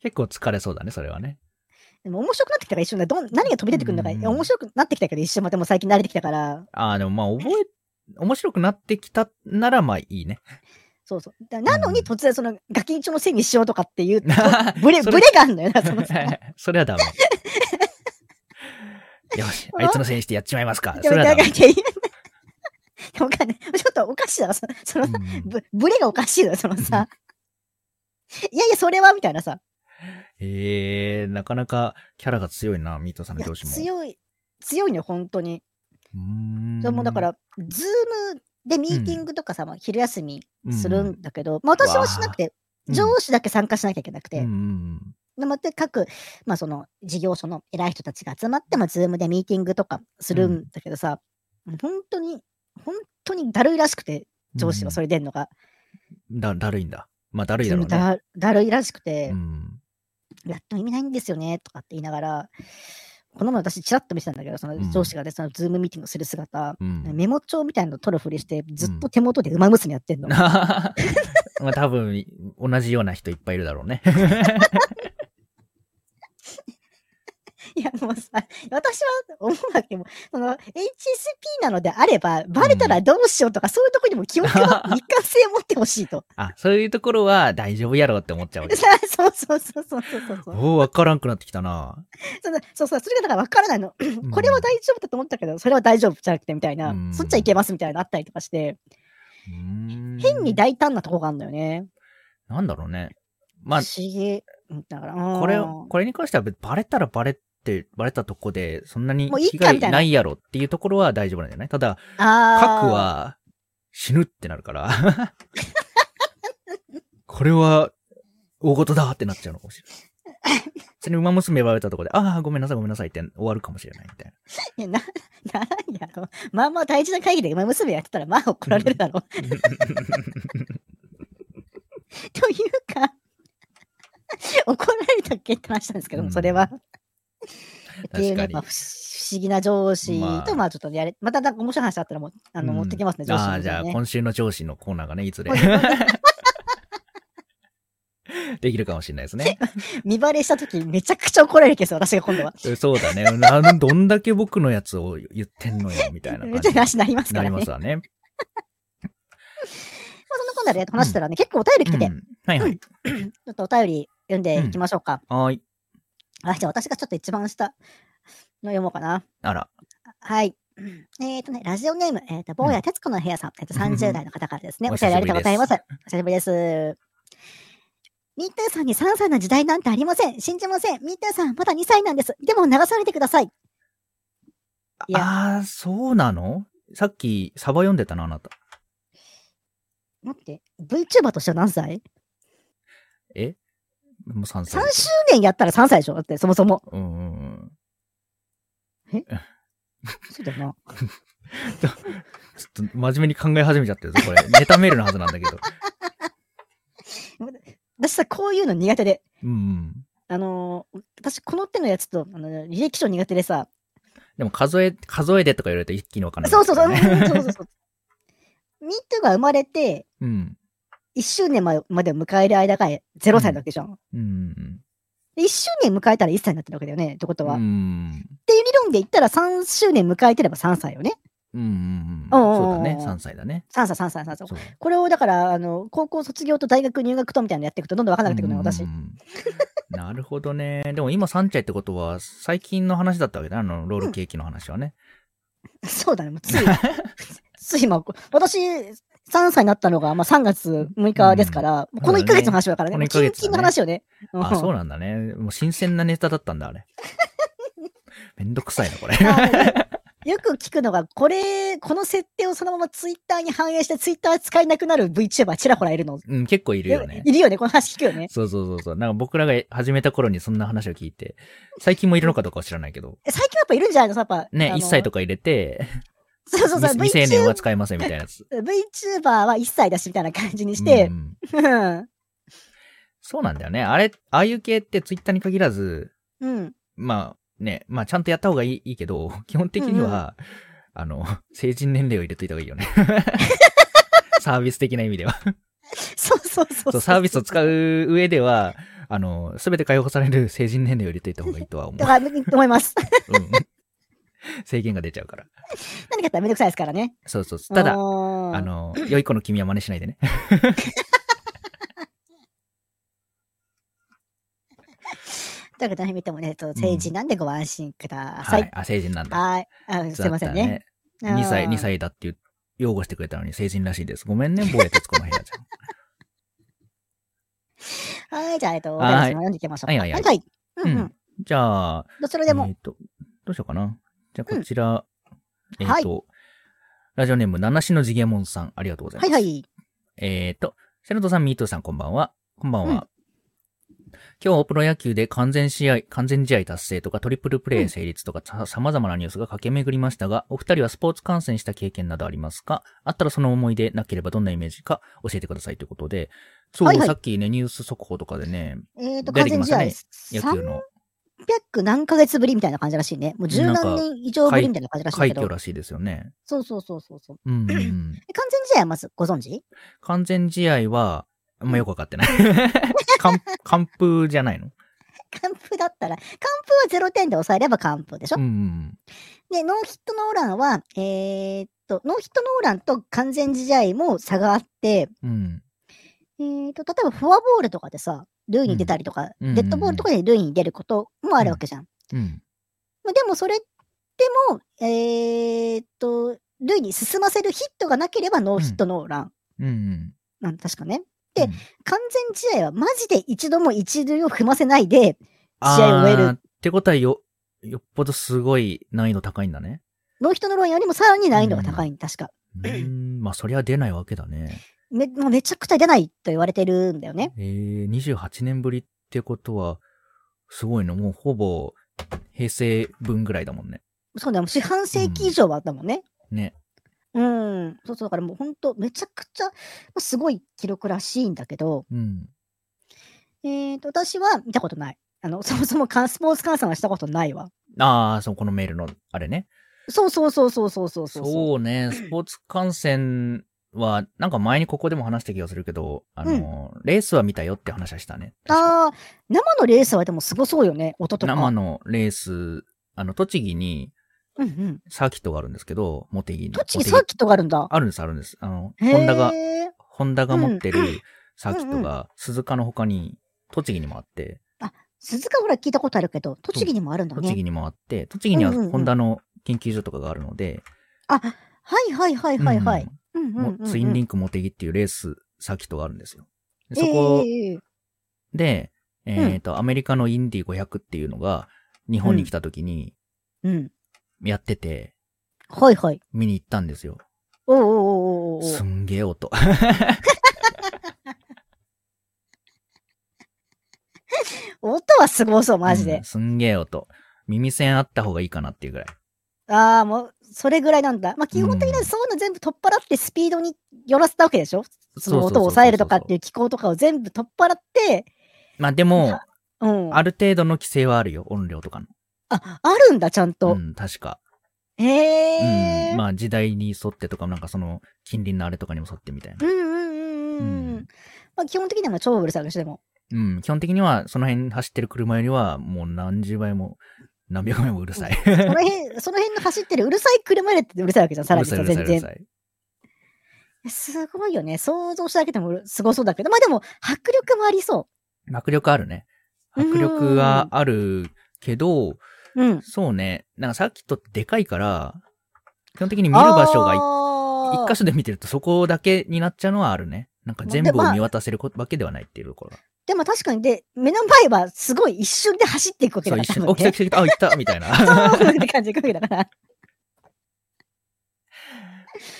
S2: 結構疲れそうだね、それはね。
S1: でも面白くなってきたから一瞬ね、どん何が飛び出てくるのか、
S2: うん
S1: 面白くなってきたけど一瞬またもう最近慣れてきたから、
S2: ああ、でもまあ覚え、面白くなってきたならまあいいね。
S1: そうそう。だなのに
S2: うん
S1: 突然そのガキンチョのせいにしようとかっていう、
S2: [laughs]
S1: とブ
S2: ブ
S1: レ、ブレがあるのよな、そのさ。
S2: [laughs] それ
S1: [laughs]
S2: はダメ。よし、あいつのせいにしてやっちまいますか。
S1: で
S2: そ
S1: も
S2: れは
S1: なん
S2: ダ
S1: か
S2: メ。
S1: いやいやでもわかんないちょっとおかしいだろ、その、その、
S2: うん
S1: ブブレがおかしいだろ、そのさ。いやいや、それはみたいなさ。
S2: へえー、なかなかキャラが強いな、ミートさん
S1: い
S2: の
S1: や
S2: 上司も。
S1: 強い、強いのよ、本当に。
S2: うーん
S1: でもだか、ら、ズームでミーティングとかさ、まあ昼休みするんだけど、まあ、私はしなくて、
S2: うん
S1: 上司だけ参加しなきゃいけなくて、
S2: うんうん
S1: でまた各、まあ、その事業所の偉い人たちが集まって、まあ、ズームでミーティングとかするんだけどさ、本当に、本当にだるいらしくて、上司はそれ出んのが。
S2: うんだだるいんだ。まあ、だるいだ
S1: そ
S2: ろ
S1: の
S2: うね。
S1: だだるいらしくて、
S2: うん
S1: やっても意味ないんですよね、とかって言いながら、この前私、ちらっと見てたんだけど、その上司がね、そのズームミーティングする姿、
S2: うん。
S1: メモ帳みたいなの取るふりして、ずっと手元で馬娘やってんの。
S2: [laughs] まあ、多分、同じような人いっぱいいるだろうね。 [laughs]
S1: いや、もうさ、私は思うわけも、その、HSP なのであれば、バレたらどうしようとか、そういうとこにも気を配って、一貫性持ってほしいと。
S2: あ、そういうところは大丈夫やろうって思っちゃうわけ。
S1: さそうそうそうそうそうそうそう。
S2: おお、わからんくなってき
S1: [laughs]
S2: たな。
S1: そのそうそう、それがだから分からないの。これは大丈夫だと思ったけど、それは大丈夫じゃなくて、みたいな
S2: う。ん
S1: そっちはいけますみたいなのあったりとかして、変
S2: 変
S1: に大胆なとこがあるのよね。
S2: なんだろうね。まあ
S1: 不、思議。だから、うん
S2: これ、これに関しては別にバレたらバレて、バレたとこで、そんなに
S1: もうい
S2: 被
S1: っか
S2: 害
S1: みたいな
S2: ないやろっていうところは大丈夫なんじゃないただ、
S1: あ
S2: 核は死ぬってなるから。 [laughs] これは大事だってなっちゃうのかもしれない。それに馬娘バレたところで、ああ、ごめんなさい、ごめんなさいって終わるかもしれないみたい
S1: いやな、 [laughs] なんやろ。まあまあ大事な会議で馬娘やってたら、まあ怒られるだろう。 [laughs] というか、怒られたっけって話なんですけども、
S2: うん
S1: それは。っていう
S2: 確か
S1: ね
S2: に、
S1: まあ、不不思議な上司
S2: まあ
S1: と、まあちょっとやれ、またなんか面白い話あったらもう、あの、
S2: うん
S1: 持ってきますね、上司
S2: な。ああ、
S1: の
S2: じゃあ
S1: ね
S2: 今週の上司のコーナーがね、いつで。できるかもしれないですね。
S1: 見バレした時めちゃくちゃ怒られるけど、私が今度は。
S2: そうだね。なんどんだけ僕のやつを言ってんのよ、みたいな
S1: め
S2: 感
S1: っちゃ
S2: じに
S1: 話になりますから
S2: な
S1: ね。
S2: り
S1: ま
S2: ま
S1: あ
S2: すわ
S1: [laughs]
S2: ね。
S1: そんなこんなで話したらね、結構お便り来てて、
S2: う
S1: ち
S2: んはいはい。
S1: ょっとお便り読んでいきましょうか。
S2: はーい。
S1: あ、じゃあ私がちょっと一番下。の読もうかな。
S2: あら。
S1: はい。えっ、とね、ラジオネーム、えっ、と、坊や徹子の部屋さん、えっ、と、30代の方からですね、
S2: うん
S1: お便りありがとうございます。お久しぶりです。ミートゥーさんに3歳の時代なんてありません。信じません。ミートゥーさん、まだ2歳なんです。でも流されてください。いや
S2: あー、そうなのさっき、サバ読んでたな、あなた。
S1: 待って、VTuber としては何歳
S2: えもう3
S1: ?3
S2: 歳。
S1: 周年やったら3歳でしょだって、そもそも。
S2: うんうんうん。
S1: そうだよな。
S2: ちょっと真面目に考え始めちゃってるぞ、こ
S1: [laughs]
S2: れ。ネタメールのはずなんだけど。
S1: 私さ、こういうの苦手で。
S2: うんうん。
S1: あのー私、この手のやつと、あの履歴書苦手でさ、
S2: でも、数え、数えでとか言われると一気にわかんない、
S1: そうそうそう、うん
S2: ね
S1: そうそうそう。ミートゥーが生まれて、
S2: うん。
S1: 1周年ままでを迎える間が0歳なわけじゃん。
S2: うんうん
S1: で1周年迎えたら1歳になってるわけだよね、ってこと
S2: うん。
S1: は。
S2: う
S1: っ
S2: ん。
S1: ていう理論で言ったら3周年迎えてれば3歳よね。
S2: うんうんうん。
S1: おうおうおう
S2: そうだね、3歳だね。
S1: 3歳、3歳、3歳。
S2: そう。
S1: これをだから、あの、高校卒業と大学入学とみたいなのやっていくとどんどん分からなくなってくるのよ、私
S2: うんう。んうん。 [laughs] なるほどね。でも今3歳ってことは、最近の話だったわけだ。あの、ロールケーキの話はね。
S1: そうだね、もうつい、つい今、私、3歳になったのが、まあ、3月6日ですから、
S2: ん
S1: この1ヶ月の話だからね、
S2: そうだね
S1: キンキンの話よね。
S2: あ、そう
S1: う
S2: なんだね。もう新鮮なネタだったんだ、あ
S1: [laughs]
S2: れ。めんどくさいな、これ。
S1: んあの [laughs] よく聞くのが、これ、この設定をそのままツイッターに反映して、ツイッター使えなくなる VTuber ちらほらいるの。
S2: うん、結構いるよね。
S1: いるよね、この話聞くよね。
S2: そうそうそうそう。なんか僕らが始めた頃にそんな話を聞いて、最近もいるのかどうかは知らないけど。
S1: え最近やっぱいるんじゃないのやっぱ。
S2: ね、1歳と
S1: か。
S2: か入れて、
S1: そうそうそう、
S2: 未未成年
S1: VTuber,
S2: は使えませんみたいなやつ。
S1: VTuber は1歳だし、みたいな感じにして
S2: うんう、ん
S1: うん。
S2: そうなんだよね。あれ、ああいう系ってツイッターに限らず、
S1: うん。
S2: まあね、まあちゃんとやった方がいいいいけど、基本的には、あの、成人年齢を入れといた方がい
S1: [laughs]
S2: いよね。サービス的な意味では。
S1: そうそうそう
S2: そう、サービスを使う上では、あの、すべて解放される成人年齢を入れといた方がいいとは
S1: [laughs]
S2: 思
S1: だから、思います。
S2: う。うん、制限が出ちゃうから。
S1: 何かあったらめんどくさいですからね。
S2: そうそう。ただ
S1: あ、ー
S2: あの、良い子の君は真似しないでね。
S1: ということで、見てもね、えっと成人なんでご安心くださ。
S2: はいい。あ、成人なんだ。
S1: はい。あすいませんね。
S2: そうだったね。2歳、
S1: あー
S2: 2。歳だっていう、擁護してくれたのに成人らしいです。ごめんね、坊や徹子の部屋ちゃん。
S1: はい、じゃあ、えっと、
S2: は
S1: お便
S2: い
S1: り読んでいきましょう。
S2: はいはいはい
S1: はい。 [laughs] うんう
S2: うんん。じゃあ、
S1: どちらで
S2: え
S1: も
S2: っ、、と、どうしようかな。じゃあ、こちら、えっ、
S1: はい
S2: と、ラジオネーム、七種の次元門さん、ありがとうございま
S1: は
S2: す。
S1: いはい。
S2: えーと、シェルトさん、ミートさん、こんばんは。こんばんは。今日、プロ野球で完全試合、完全試合達成とか、トリプルプレイ成立とか、さ様々なニュースが駆け巡りましたが、お二人はスポーツ観戦した経験などありますかあったらその思い出、なければどんなイメージか教えてくださいということで、そう、
S1: はいはい
S2: さっきね、ニュース速報とかでね、
S1: えっと、
S2: 出
S1: 完
S2: てき
S1: 全
S2: まし
S1: 試
S2: た
S1: 合
S2: ね、野球の
S1: 300何ヶ月ぶりみたいな感じらしいね。もう十
S2: なん
S1: 何
S2: か
S1: 年以上ぶりみたいな感じらしいんだ
S2: 快
S1: けど
S2: 挙。らしいですよね。
S1: そうそうそうそうそう。
S2: うん
S1: [clears throat]
S2: うんうん。
S1: え完全試合はまずご存知 [laughs]
S2: 完全試合は、あんまよくわかってない。完完封じゃないの
S1: 完封だったら、完封は0点で抑えれば完封でしょ
S2: うんうん
S1: で、ノーヒットノーランは、えーっと、ノーヒットノーランと完全試合も差があって、
S2: うん。うん。
S1: えーっと、例えばフォアボールとかでさ、塁に出たりとか、
S2: うん
S1: デッドボールとかで塁に出ることもあるわけじゃん。
S2: うん。
S1: まあでもそれでも、えーっと、塁に進ませるヒットがなければノーヒットノーラン。
S2: うんうん。
S1: なん確かね。
S2: で
S1: で完全試合はマジで一度も一塁を踏ませないで、
S2: あ
S1: 試合を終える
S2: ーってことはよ、よっぽどすごい難易度高いん
S1: [clears throat]
S2: だね。
S1: ノーヒットノーランよりもさらに難易度が高い、確か。
S2: うーん、まあそりゃ出ないわけだね。
S1: めもうめちゃくちゃ出ないと言われてるんだよね。
S2: えー、28年ぶりってことは、すごいの、もうほぼ平成分ぐらいだもんね。
S1: そうだよ、四半世紀以上はあったもんね。
S2: ね。
S1: うん、そうそう、だからもう本当、めちゃくちゃ、まあすごい記録らしいんだけど、
S2: うん。
S1: えーと、私は見たことない。あの、そもそもかスポーツ観戦はしたことないわ。
S2: ああ、そう、このメールの、あれね。
S1: そうそうそうそうそうそうそう。
S2: そうね、スポーツ観戦は、なんか前にここでも話した気がするけど、あの、レースは見たよって話はしたね。確か
S1: ああ、生のレースはでもすごそうよね、音とか。
S2: 生のレース、あの、栃木に
S1: うんうん。
S2: サーキットがあるんですけど、茂木に。
S1: 栃木
S2: 茂木
S1: サーキットがあるんだ。
S2: あるんです、あるんです。あの、
S1: へー
S2: ホンダが、ホンダが持って
S1: う
S2: るサーキッ
S1: う
S2: ト
S1: んう
S2: が、鈴鹿の他に、栃木にもあって、
S1: 鈴鹿ほら聞いたことあるけど、栃木にもあるんだね。
S2: 栃木にもあって、栃木には
S1: うんうんうん
S2: ホンダの研究所とかがあるので、
S1: あ、はいはいはいはいはい。うんうんうん
S2: もうツインリンクモテギっていうレースサーキットがあるんですよ。でそ
S1: ええ
S2: こ
S1: ええええ
S2: で、えっと、アメリカのインディ500っていうのが、日本に来た時に
S1: うん。
S2: やってて、
S1: はいはい。
S2: 見に行ったんですよ。
S1: おうおうおうおうおう
S2: すんげえ音。
S1: 音はすごそう、マジで
S2: [laughs] うん。すんげえ音。耳栓あった方がいいかなっていうぐらい。
S1: ああ、もう、それぐらいなんだ。まあ、基本的に
S2: う
S1: は
S2: ん
S1: そういうの全部取っ払ってスピードに寄らせたわけでしょその音を抑えるとかっていう機構とかを全部取っ払って、
S2: まあでも、
S1: うん。
S2: あ
S1: あ、
S2: る程度の規制はあるよ、音量とかの。
S1: あるんだ、ちゃん
S2: う
S1: と。
S2: ん、確か。
S1: へえ
S2: う
S1: ー。
S2: ん。まあ時代に沿ってとか、なんかその、近隣のあれとかにも沿ってみたいな
S1: う。んうんうんうん
S2: う
S1: うんん。まあ、基本的にはもう超うるさいわけ
S2: [laughs]
S1: でも。
S2: うん。基本的には、その辺走ってる車よりは、もう何十倍も、何百倍もうるさい。
S1: その辺、その辺の走ってるうるさい車よりってうるさいわけじゃん、さらにさ、
S2: うるさいう
S1: 全
S2: るさいうる
S1: 然。
S2: さ
S1: す
S2: い。
S1: ごいよね。想像しただけでもうるすごそうだけど。まあでも、迫力もありそ
S2: 迫力あるね。迫力があるけど、
S1: う。うん。
S2: そうね。なんかサーキットってでかいから、基本的に見る場所がい一
S1: が
S2: 箇所で見てるとそこだけになっちゃうのはあるね。なんか全部
S1: でま
S2: を
S1: あ
S2: 見渡せるこわけではないっていうところが。
S1: でも確かに、で、目の前はすごい一瞬で走っていくわけ
S2: そ
S1: だ
S2: う、
S1: から。
S2: 一瞬、
S1: 多
S2: 起
S1: 分
S2: きた来た来た、あ、行ったみたい
S1: ね
S2: な。
S1: そうって感じでいくわけだ
S2: [laughs]
S1: から。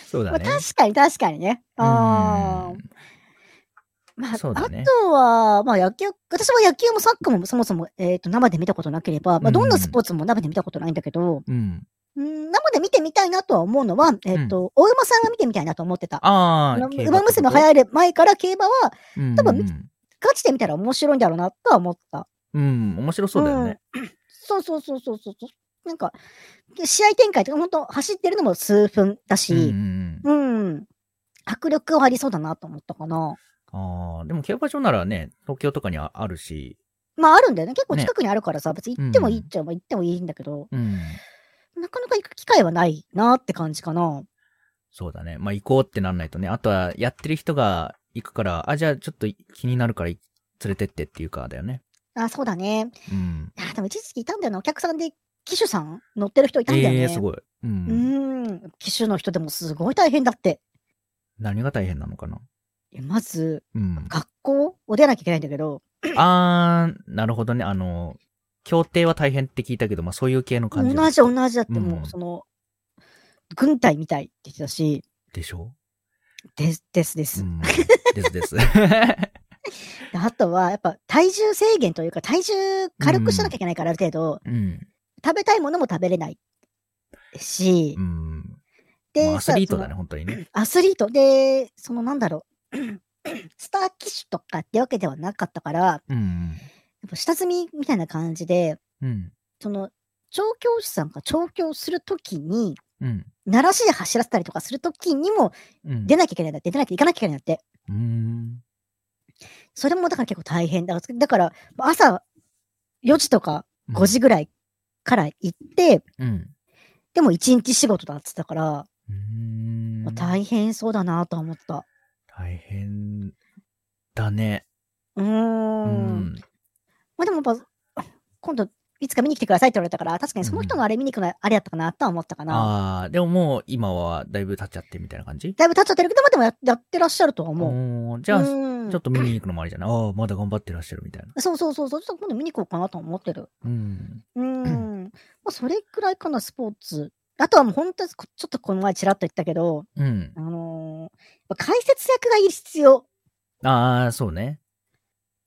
S2: そう
S1: ま
S2: だ
S1: あ、
S2: ね。
S1: 確かに確かにね。あ
S2: うん
S1: あ。まあ、
S2: そうだ
S1: あ
S2: ね
S1: とは、まあ野球、私は野球もサッカーもそもそも、えっ、と、生で見たことなければ、まあ、どんなスポーツも生で見たことないんだけど、
S2: うん。
S1: うん、生で見てみたいなとは思うのは、えっ、と、大馬さんが見てみたいなと思ってた。
S2: ああ、
S1: 馬娘が流行る前から競馬は、
S2: い
S1: 多分ガチで見たら面白いんだろうなとは思った。
S2: うん、うん面白そうだよね。
S1: そうそうそうそうそうそう。なんか、試合展開とか、本当走ってるのも数分だ
S2: うんうん
S1: し、
S2: うん
S1: うん、迫力はありそうだなと思ったかな。
S2: ああ、でも競馬場ならね、東京とかにああるし、
S1: まああるんだよね。結構近くにあるからさ、別に行ってもいいっちゃ、まあ行ってもいいんだけど、
S2: うん。
S1: なかなか行く機会はないなって感じかな。
S2: そうだね。まあ行こうってなんないとね。あとはやってる人が行くから、あ、じゃあちょっと気になるから連れてってっていうかだよね。
S1: あ、そうだね。
S2: うん。
S1: あ、でも一時期いたんだよな。お客さんで機種さん乗ってる人いたんだよ
S2: え
S1: ね。
S2: えー、すごい。う。
S1: うんん。機種の人でもすごい大変だって。
S2: 何が大変なのかな
S1: えまず、
S2: うん。
S1: 学校を出なきゃいけないんだけど、
S2: あー、なるほどね。あの、協定は大変って聞いたけど、まあそういう系の感じ
S1: 同じ同じだって
S2: うん
S1: もうその、軍隊みたいって言ってたし、
S2: でしょ
S1: です、ですで
S2: う
S1: す。
S2: [laughs] ん。ですです。
S1: であとは、やっぱ体重制限というか、体重軽くしなきゃいけないから、ある程度、
S2: うん。
S1: 食べたいものも食べれないし
S2: う、ん。
S1: で、
S2: もうアスリートだ
S1: さ
S2: ね、本当にね。
S1: そのアスリート。で、そのなんだろう、 [clears throat] スター機種とかってわけではなかったから、や
S2: うん。
S1: っぱ下積みみたいな感じで、
S2: うん。
S1: その、調教師さんが調教するときに、
S2: うん。
S1: 鳴らしで走らせたりとかするときにも、
S2: うん。
S1: 出なきゃいけないんだって、出なきゃいかなきゃいけないんだって。
S2: うん。
S1: それもだから結構大変だから。だから、朝4時とか5時ぐらいから行って、
S2: うん。
S1: でも1日仕事だっつったから、
S2: うん。
S1: まあ大変そうだなとは思った。
S2: 大変だね。
S1: うーん,、
S2: うん。
S1: まあでもやっぱ、今度いつか見に来てくださいって言われたから、確かにその人のあれ見に行くのはあれやったかなとは思ったかな。
S2: あー、でももう今はだいぶ経っちゃってみたいな感じ
S1: だいぶ経っちゃってるけど、まあでもややってらっしゃるとは思う。
S2: もう。じゃあ、
S1: う
S2: ち
S1: ーん
S2: ょっと見に行くのもありじゃないああ、まだ頑張ってらっしゃるみたいな。
S1: そうそうそうそう。ちょっと今度見に行こうかなとは思ってる。
S2: うん。
S1: うーん。
S2: [clears throat]
S1: まあそれくらいかな、スポーツ。あとはもう本当にこちょっとこの前ちらっと言ったけど、
S2: うん。
S1: あのーやっぱ解説役が必要。
S2: ああ、そうね。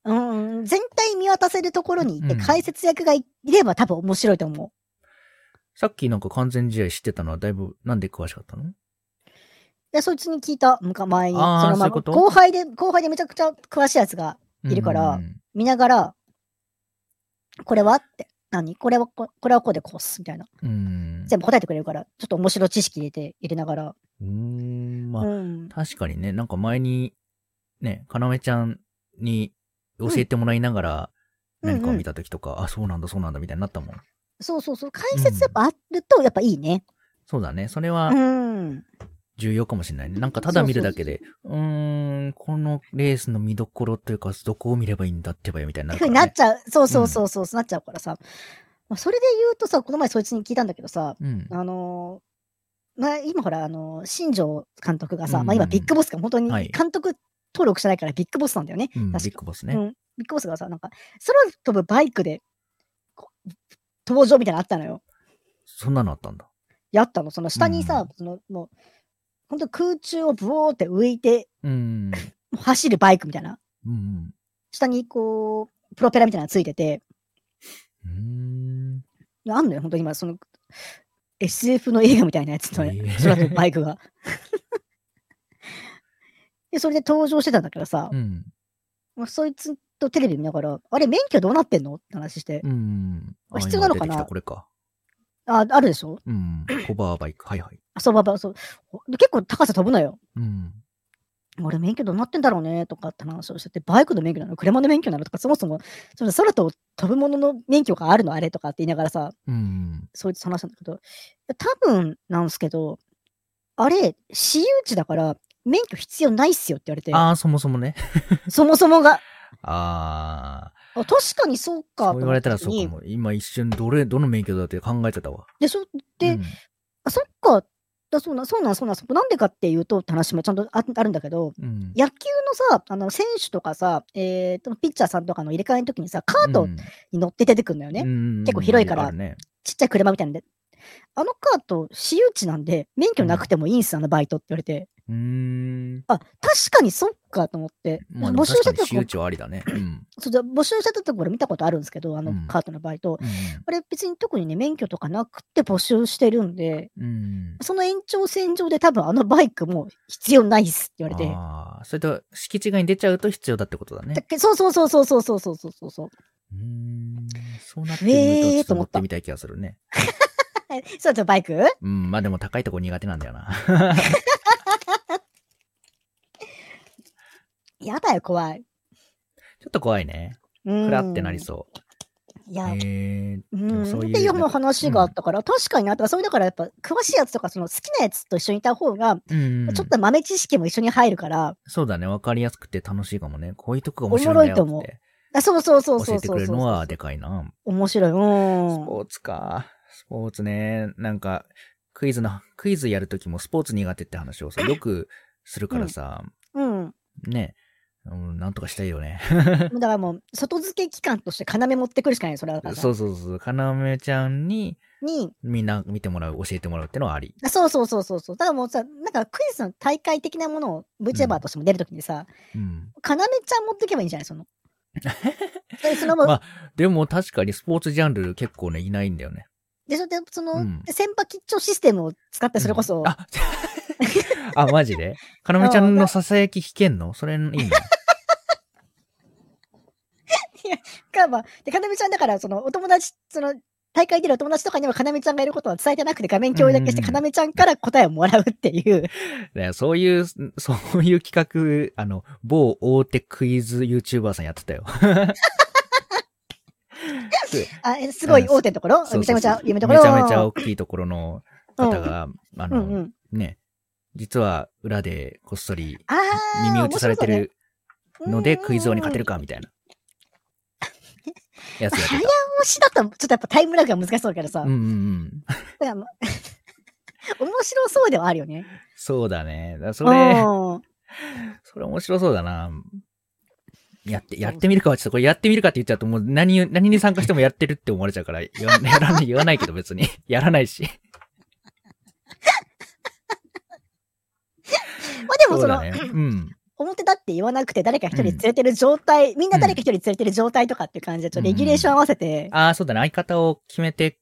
S1: うん、全体見渡せるところにいて、
S2: うん
S1: 解説役がいれば多分面白いと思
S2: さっきなんか完全試合知ってたのはだいぶなんで詳しかったの
S1: う。で、そいつに聞いた、むか前に。
S2: あ
S1: その
S2: ーそうい
S1: ま
S2: うこと
S1: 後輩で、後輩でめちゃくちゃ詳しいやつがいるから
S2: うん
S1: 見ながら、これはって、何これはこ、これはこうでこうっす、みたいな。
S2: うん。
S1: 全部答えてくれるから、ちょっと面白知識入れて、入れながら。
S2: うーん、まあ、
S1: うん。
S2: 確かにね、なんか前に、ね、かなめちゃんに教えてもらいながら、
S1: うん
S2: 何かを見た時とか、あ、そうなんだ、そうなんだ、みたいになったもん。
S1: そうそうそう。解説やっぱあると、やっぱいいね。
S2: そうだね。それは
S1: う、ん。
S2: 重要かもしれないね。なんかただ見るだけで、うーん、このレースの見どころというか、どこを見ればいいんだってばよみたいになる
S1: ふう
S2: から
S1: に
S2: ね、
S1: なっちゃう。そうそうそうそう、なっちゃうからさ。まあそれで言うとさ、この前そいつに聞いたんだけどさ、
S2: うん。
S1: あのーまあ、今ほら、あのー新庄監督がさ、
S2: うん
S1: まあ、今ビッグボスが本当に
S2: はい
S1: 監督登録してないからビッグボスなんだよね。
S2: うん、ビ
S1: 確
S2: ッ
S1: か
S2: グボス
S1: う
S2: ね。
S1: ん、ビッグボスがさ、なんか、空飛ぶバイクで、こ登場みたいなのあったのよ。
S2: そんなのあったんだ。
S1: やったの。その下にさ、
S2: うん
S1: そのもう、本当空中をブオーって浮いて、
S2: うん。
S1: もう走るバイクみたいな。
S2: うん。
S1: 下にこう、プロペラみたいなのついてて、
S2: うーん。
S1: あんのよ、本当に今、その、SF の映画みたいなやつの、
S2: ええ
S1: 空飛ぶバイクが。 [laughs] で、それで登場してたんだけどさ、
S2: うん。
S1: まあ、そいつとテレビ見ながら、あれ、免許どうなってんのって話して、
S2: うん。あ
S1: 必要なのかな
S2: 今出てきたこれか。
S1: あ、あるでしょ
S2: うん。ホバーバイク。はいはい。
S1: あ、そう、ばば、そう。で結構高さ飛ぶのよ。
S2: うん。
S1: 俺、免許どうなってんだろうねとかって話をしてて、バイクの免許なの車の免許なのとか、そもそも、その空と飛ぶものの免許があるのあれとかって言いながらさ、
S2: うん。
S1: そいつと話したんだけど、いや多分なんですけど、あれ、私有地だから、免許必要ないっすよって言われて、
S2: ああ、そもそもね。
S1: そもそもが、
S2: ああ。
S1: あ確かにそうかと
S2: そう
S1: 思
S2: 言われたらそう
S1: 時
S2: か
S1: に
S2: も。今一瞬、どれ、どの免許だって考えてたわ。
S1: でしょで、
S2: うん
S1: あ、そっか、だそうな、そうなん、そうなん、そうなんでかっていうと、って話もちゃんとああるんだけど、
S2: うん。
S1: 野球のさ、あの選手とかさ、えーと、ピッチャーさんとかの入れ替えの時にさ、カートに乗って出てくるのよね。
S2: うん
S1: 結構広いから
S2: あるね
S1: ちっちゃい車みたいなんで。あのカート、私有地なんで、免許なくてもいいんす、あのバイトって言われて。
S2: うーん。
S1: あ、確かにそっかと思って。
S2: まあ、
S1: 募
S2: 募
S1: 集
S2: 集
S1: し
S2: してて
S1: たと
S2: た
S1: こ
S2: 周、知はありだね。うん。
S1: そうじゃあ募集してたところ見たことあるんですけど、あの
S2: うん
S1: カートのバイト。
S2: うん
S1: あれ別に特にね、免許とかなくて募集してるんで、
S2: うん。
S1: その延長線上で多分あのバイクも必要ないっすって言われて。
S2: ああ、それと、敷地外に出ちゃうと必要だってことだね
S1: だ。けそうそうそうそうそうそうそうそう [laughs] そう。
S2: うーん。そうなってみると、
S1: え
S2: ち
S1: え
S2: ょっと
S1: と思
S2: 乗
S1: っ
S2: ったてみたい気がするね。
S1: はいそうそう、バイク
S2: うん、まあでも高いとこ苦手なんだよな。 [laughs]
S1: やだよ、怖い。
S2: ちょっと怖いね。
S1: うん
S2: ふらってなりそう。
S1: いや、
S2: ええ
S1: う
S2: で
S1: ん。
S2: も
S1: っ
S2: そう
S1: て
S2: いう
S1: いう
S2: なん
S1: も
S2: か
S1: う話があったから、確かになとか、それだからやっぱ、詳しいやつとか、その好きなやつと一緒にいた方が、
S2: うん。
S1: ちょっと豆知識も一緒に入るから、
S2: そうだね。わかりやすくて楽しいかもね。こういうとこが面白いんだよって。
S1: おもろいとあそうそうそう
S2: 教
S1: そう
S2: えて
S1: そ
S2: く
S1: う
S2: れる
S1: そう
S2: のはでかいな。
S1: 面白い。
S2: ス
S1: うん。
S2: ポーツか。スポーツね。なんか、クイズの、クイズやるときもスポーツ苦手って話
S1: [laughs]
S2: をさ、よくするからさ、
S1: うん。
S2: ね、うん、なんとかしたいよね。
S1: だからもう、外付け機関として要持ってくるしかない、それはだからさ。
S2: そうそうそう。かなめちゃんに
S1: に、
S2: みんな見てもらう、教えてもらうってのはあり。
S1: あそうそうそうそうそう。だからもうさ、なんかクイズの大会的なものを VTuber としても出るときにさ、
S2: うん。
S1: 要ちゃん持ってけばいいんじゃない
S2: [laughs]
S1: その。で、そのもう、
S2: まあ、でも確かにスポーツジャンル結構ね、いないんだよね。
S1: で、それで、その、
S2: うん
S1: 先波吉兆システムを使って、それこそ、 [laughs]
S2: うんあ、 [laughs] あ、マジでかなめちゃんのささやき聞けんのそれいいね。
S1: か、まあ、で、かなめちゃんだから、その、お友達、その、大会出るお友達とかにもかなめちゃんがいることは伝えてなくて、画面共有だけして、
S2: うん
S1: かなめちゃんから答えをもらうっていう。
S2: だからそういう、そういう企画、あの、某大手クイズ YouTuber さんやってたよ。
S1: あ、えすごい大手のところ、
S2: そう
S1: めち
S2: そ
S1: ゃめ
S2: う
S1: ち
S2: そう
S1: ゃ有名なところ。
S2: めちゃめちゃ大きいところの方が、あ
S1: う
S2: の、
S1: んうん。
S2: ね、実は裏でこっそり
S1: ああ、
S2: 耳打ちされてるので、クイズ王に勝てる
S1: か。
S2: か、みたいな。やつやって
S1: 早
S2: た。
S1: 押しだと、ちょっとやっぱタイムラグが難しそうだからさ。
S2: うんうんうん。
S1: だからまあ面白そうではあるよね。
S2: そうだね。だからそれ、
S1: うん
S2: それ面白そうだな。やって、やってみるかはちょっとこれやってみるかって言っちゃうともう何を、何に参加してもやってるって思われちゃうから、ややらない、言わないけど別に。やらないし。
S1: まあでも
S2: そう
S1: そ
S2: だ
S1: の、 [laughs]
S2: ね。うん。
S1: 表だって言わなくて誰か一人連れてる状態、みんな誰か一人連れてる状態とかっていう感じで、ちょっとレギュレーション合わせて、
S2: ああ、そうだね。相方を決めて、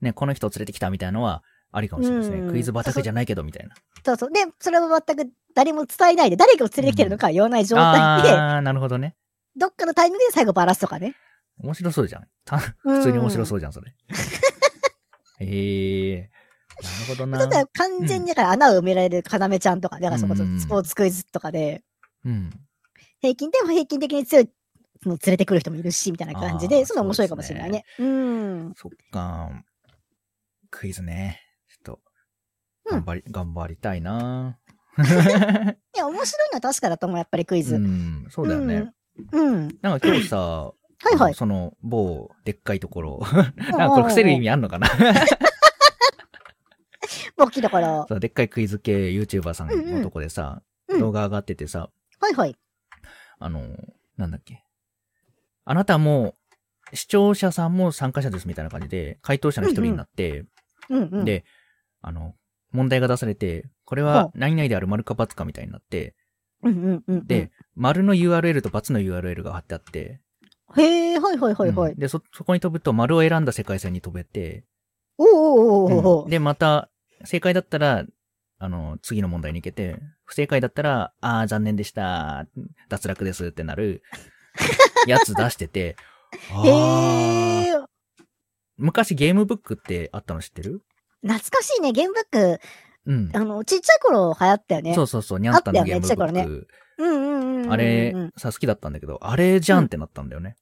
S2: ね、この人を連れてきたみたいなのは、ありかもしれないですね。
S1: うん
S2: クイズ畑じゃないけど、みたいな。
S1: そうそう。で、それは全く誰も伝えないで、誰が連れてきてるのかは言わない状態で、
S2: ああー、なるほどね。
S1: どっかのタイミングで最後バラすとかね。
S2: 面白そうじゃん。た
S1: 普
S2: 普通に面白
S1: う
S2: そ
S1: ん。
S2: うじゃん、それ。 [laughs] へえー。なるほど
S1: ただ
S2: な。
S1: 完全にだから穴を埋められる要ちゃんとか、だからそこそ
S2: うん
S1: スポーツクイズとかで、
S2: うん。
S1: 平均でも平均的に強いのを連れてくる人もいるし、みたいな感じ
S2: あ
S1: で、
S2: ー
S1: そういうの面白いかもしれないね。うん。
S2: そっか。クイズね。ちょっと、
S1: うん
S2: 頑張り、頑張りたいない
S1: や、面白いのは確かだと思う、やっぱりクイズ。
S2: う
S1: うん。
S2: ん、そうだよね。
S1: うん。は
S2: なんか今日さ、はい
S1: はい。
S2: その某でっかいところ、
S1: うん
S2: なんかこれ伏せる意味あんのかな
S1: 大きいところ。
S2: そうでっかいクイズ系 YouTuber さんのとこでさ、
S1: うんうん
S2: 動画上がっててさ、
S1: はいはい。
S2: あの、なんだっけ。あなたも、視聴者さんも参加者ですみたいな感じで、回答者の一人になって、
S1: うんうん。
S2: で、あの、問題が出されて、これ
S1: ほ
S2: は
S1: う
S2: 何々である丸か×かみたいになって、
S1: うんうんうんうん。
S2: で、、丸の URL と×の URL が貼ってあって、
S1: へえ、はいはいはいは
S2: う
S1: い
S2: ん。で、そ、そこに飛ぶと丸を選んだ世界線に飛べて、
S1: おおおーおーおーお
S2: うん
S1: ー。
S2: で、また、正解だったら、あの、次の問題に行けて、不正解だったら、あー、残念でした、脱落ですってなる、やつ出してて、あー
S1: へえ、
S2: 昔ゲームブックってあったの知ってる
S1: 懐かしいね、ゲームブック。
S2: うん。
S1: あの、ちっちゃい頃流行ったよね。
S2: そうそうそう、にゃんたんの
S1: あった
S2: ゲ
S1: よ
S2: ー
S1: ね
S2: ム
S1: ちっ
S2: ブ
S1: ちゃい頃う
S2: ック。
S1: んうんうんうんうん。
S2: あれ、さ、好きだったんだけど、あれじゃんってなったんだよね。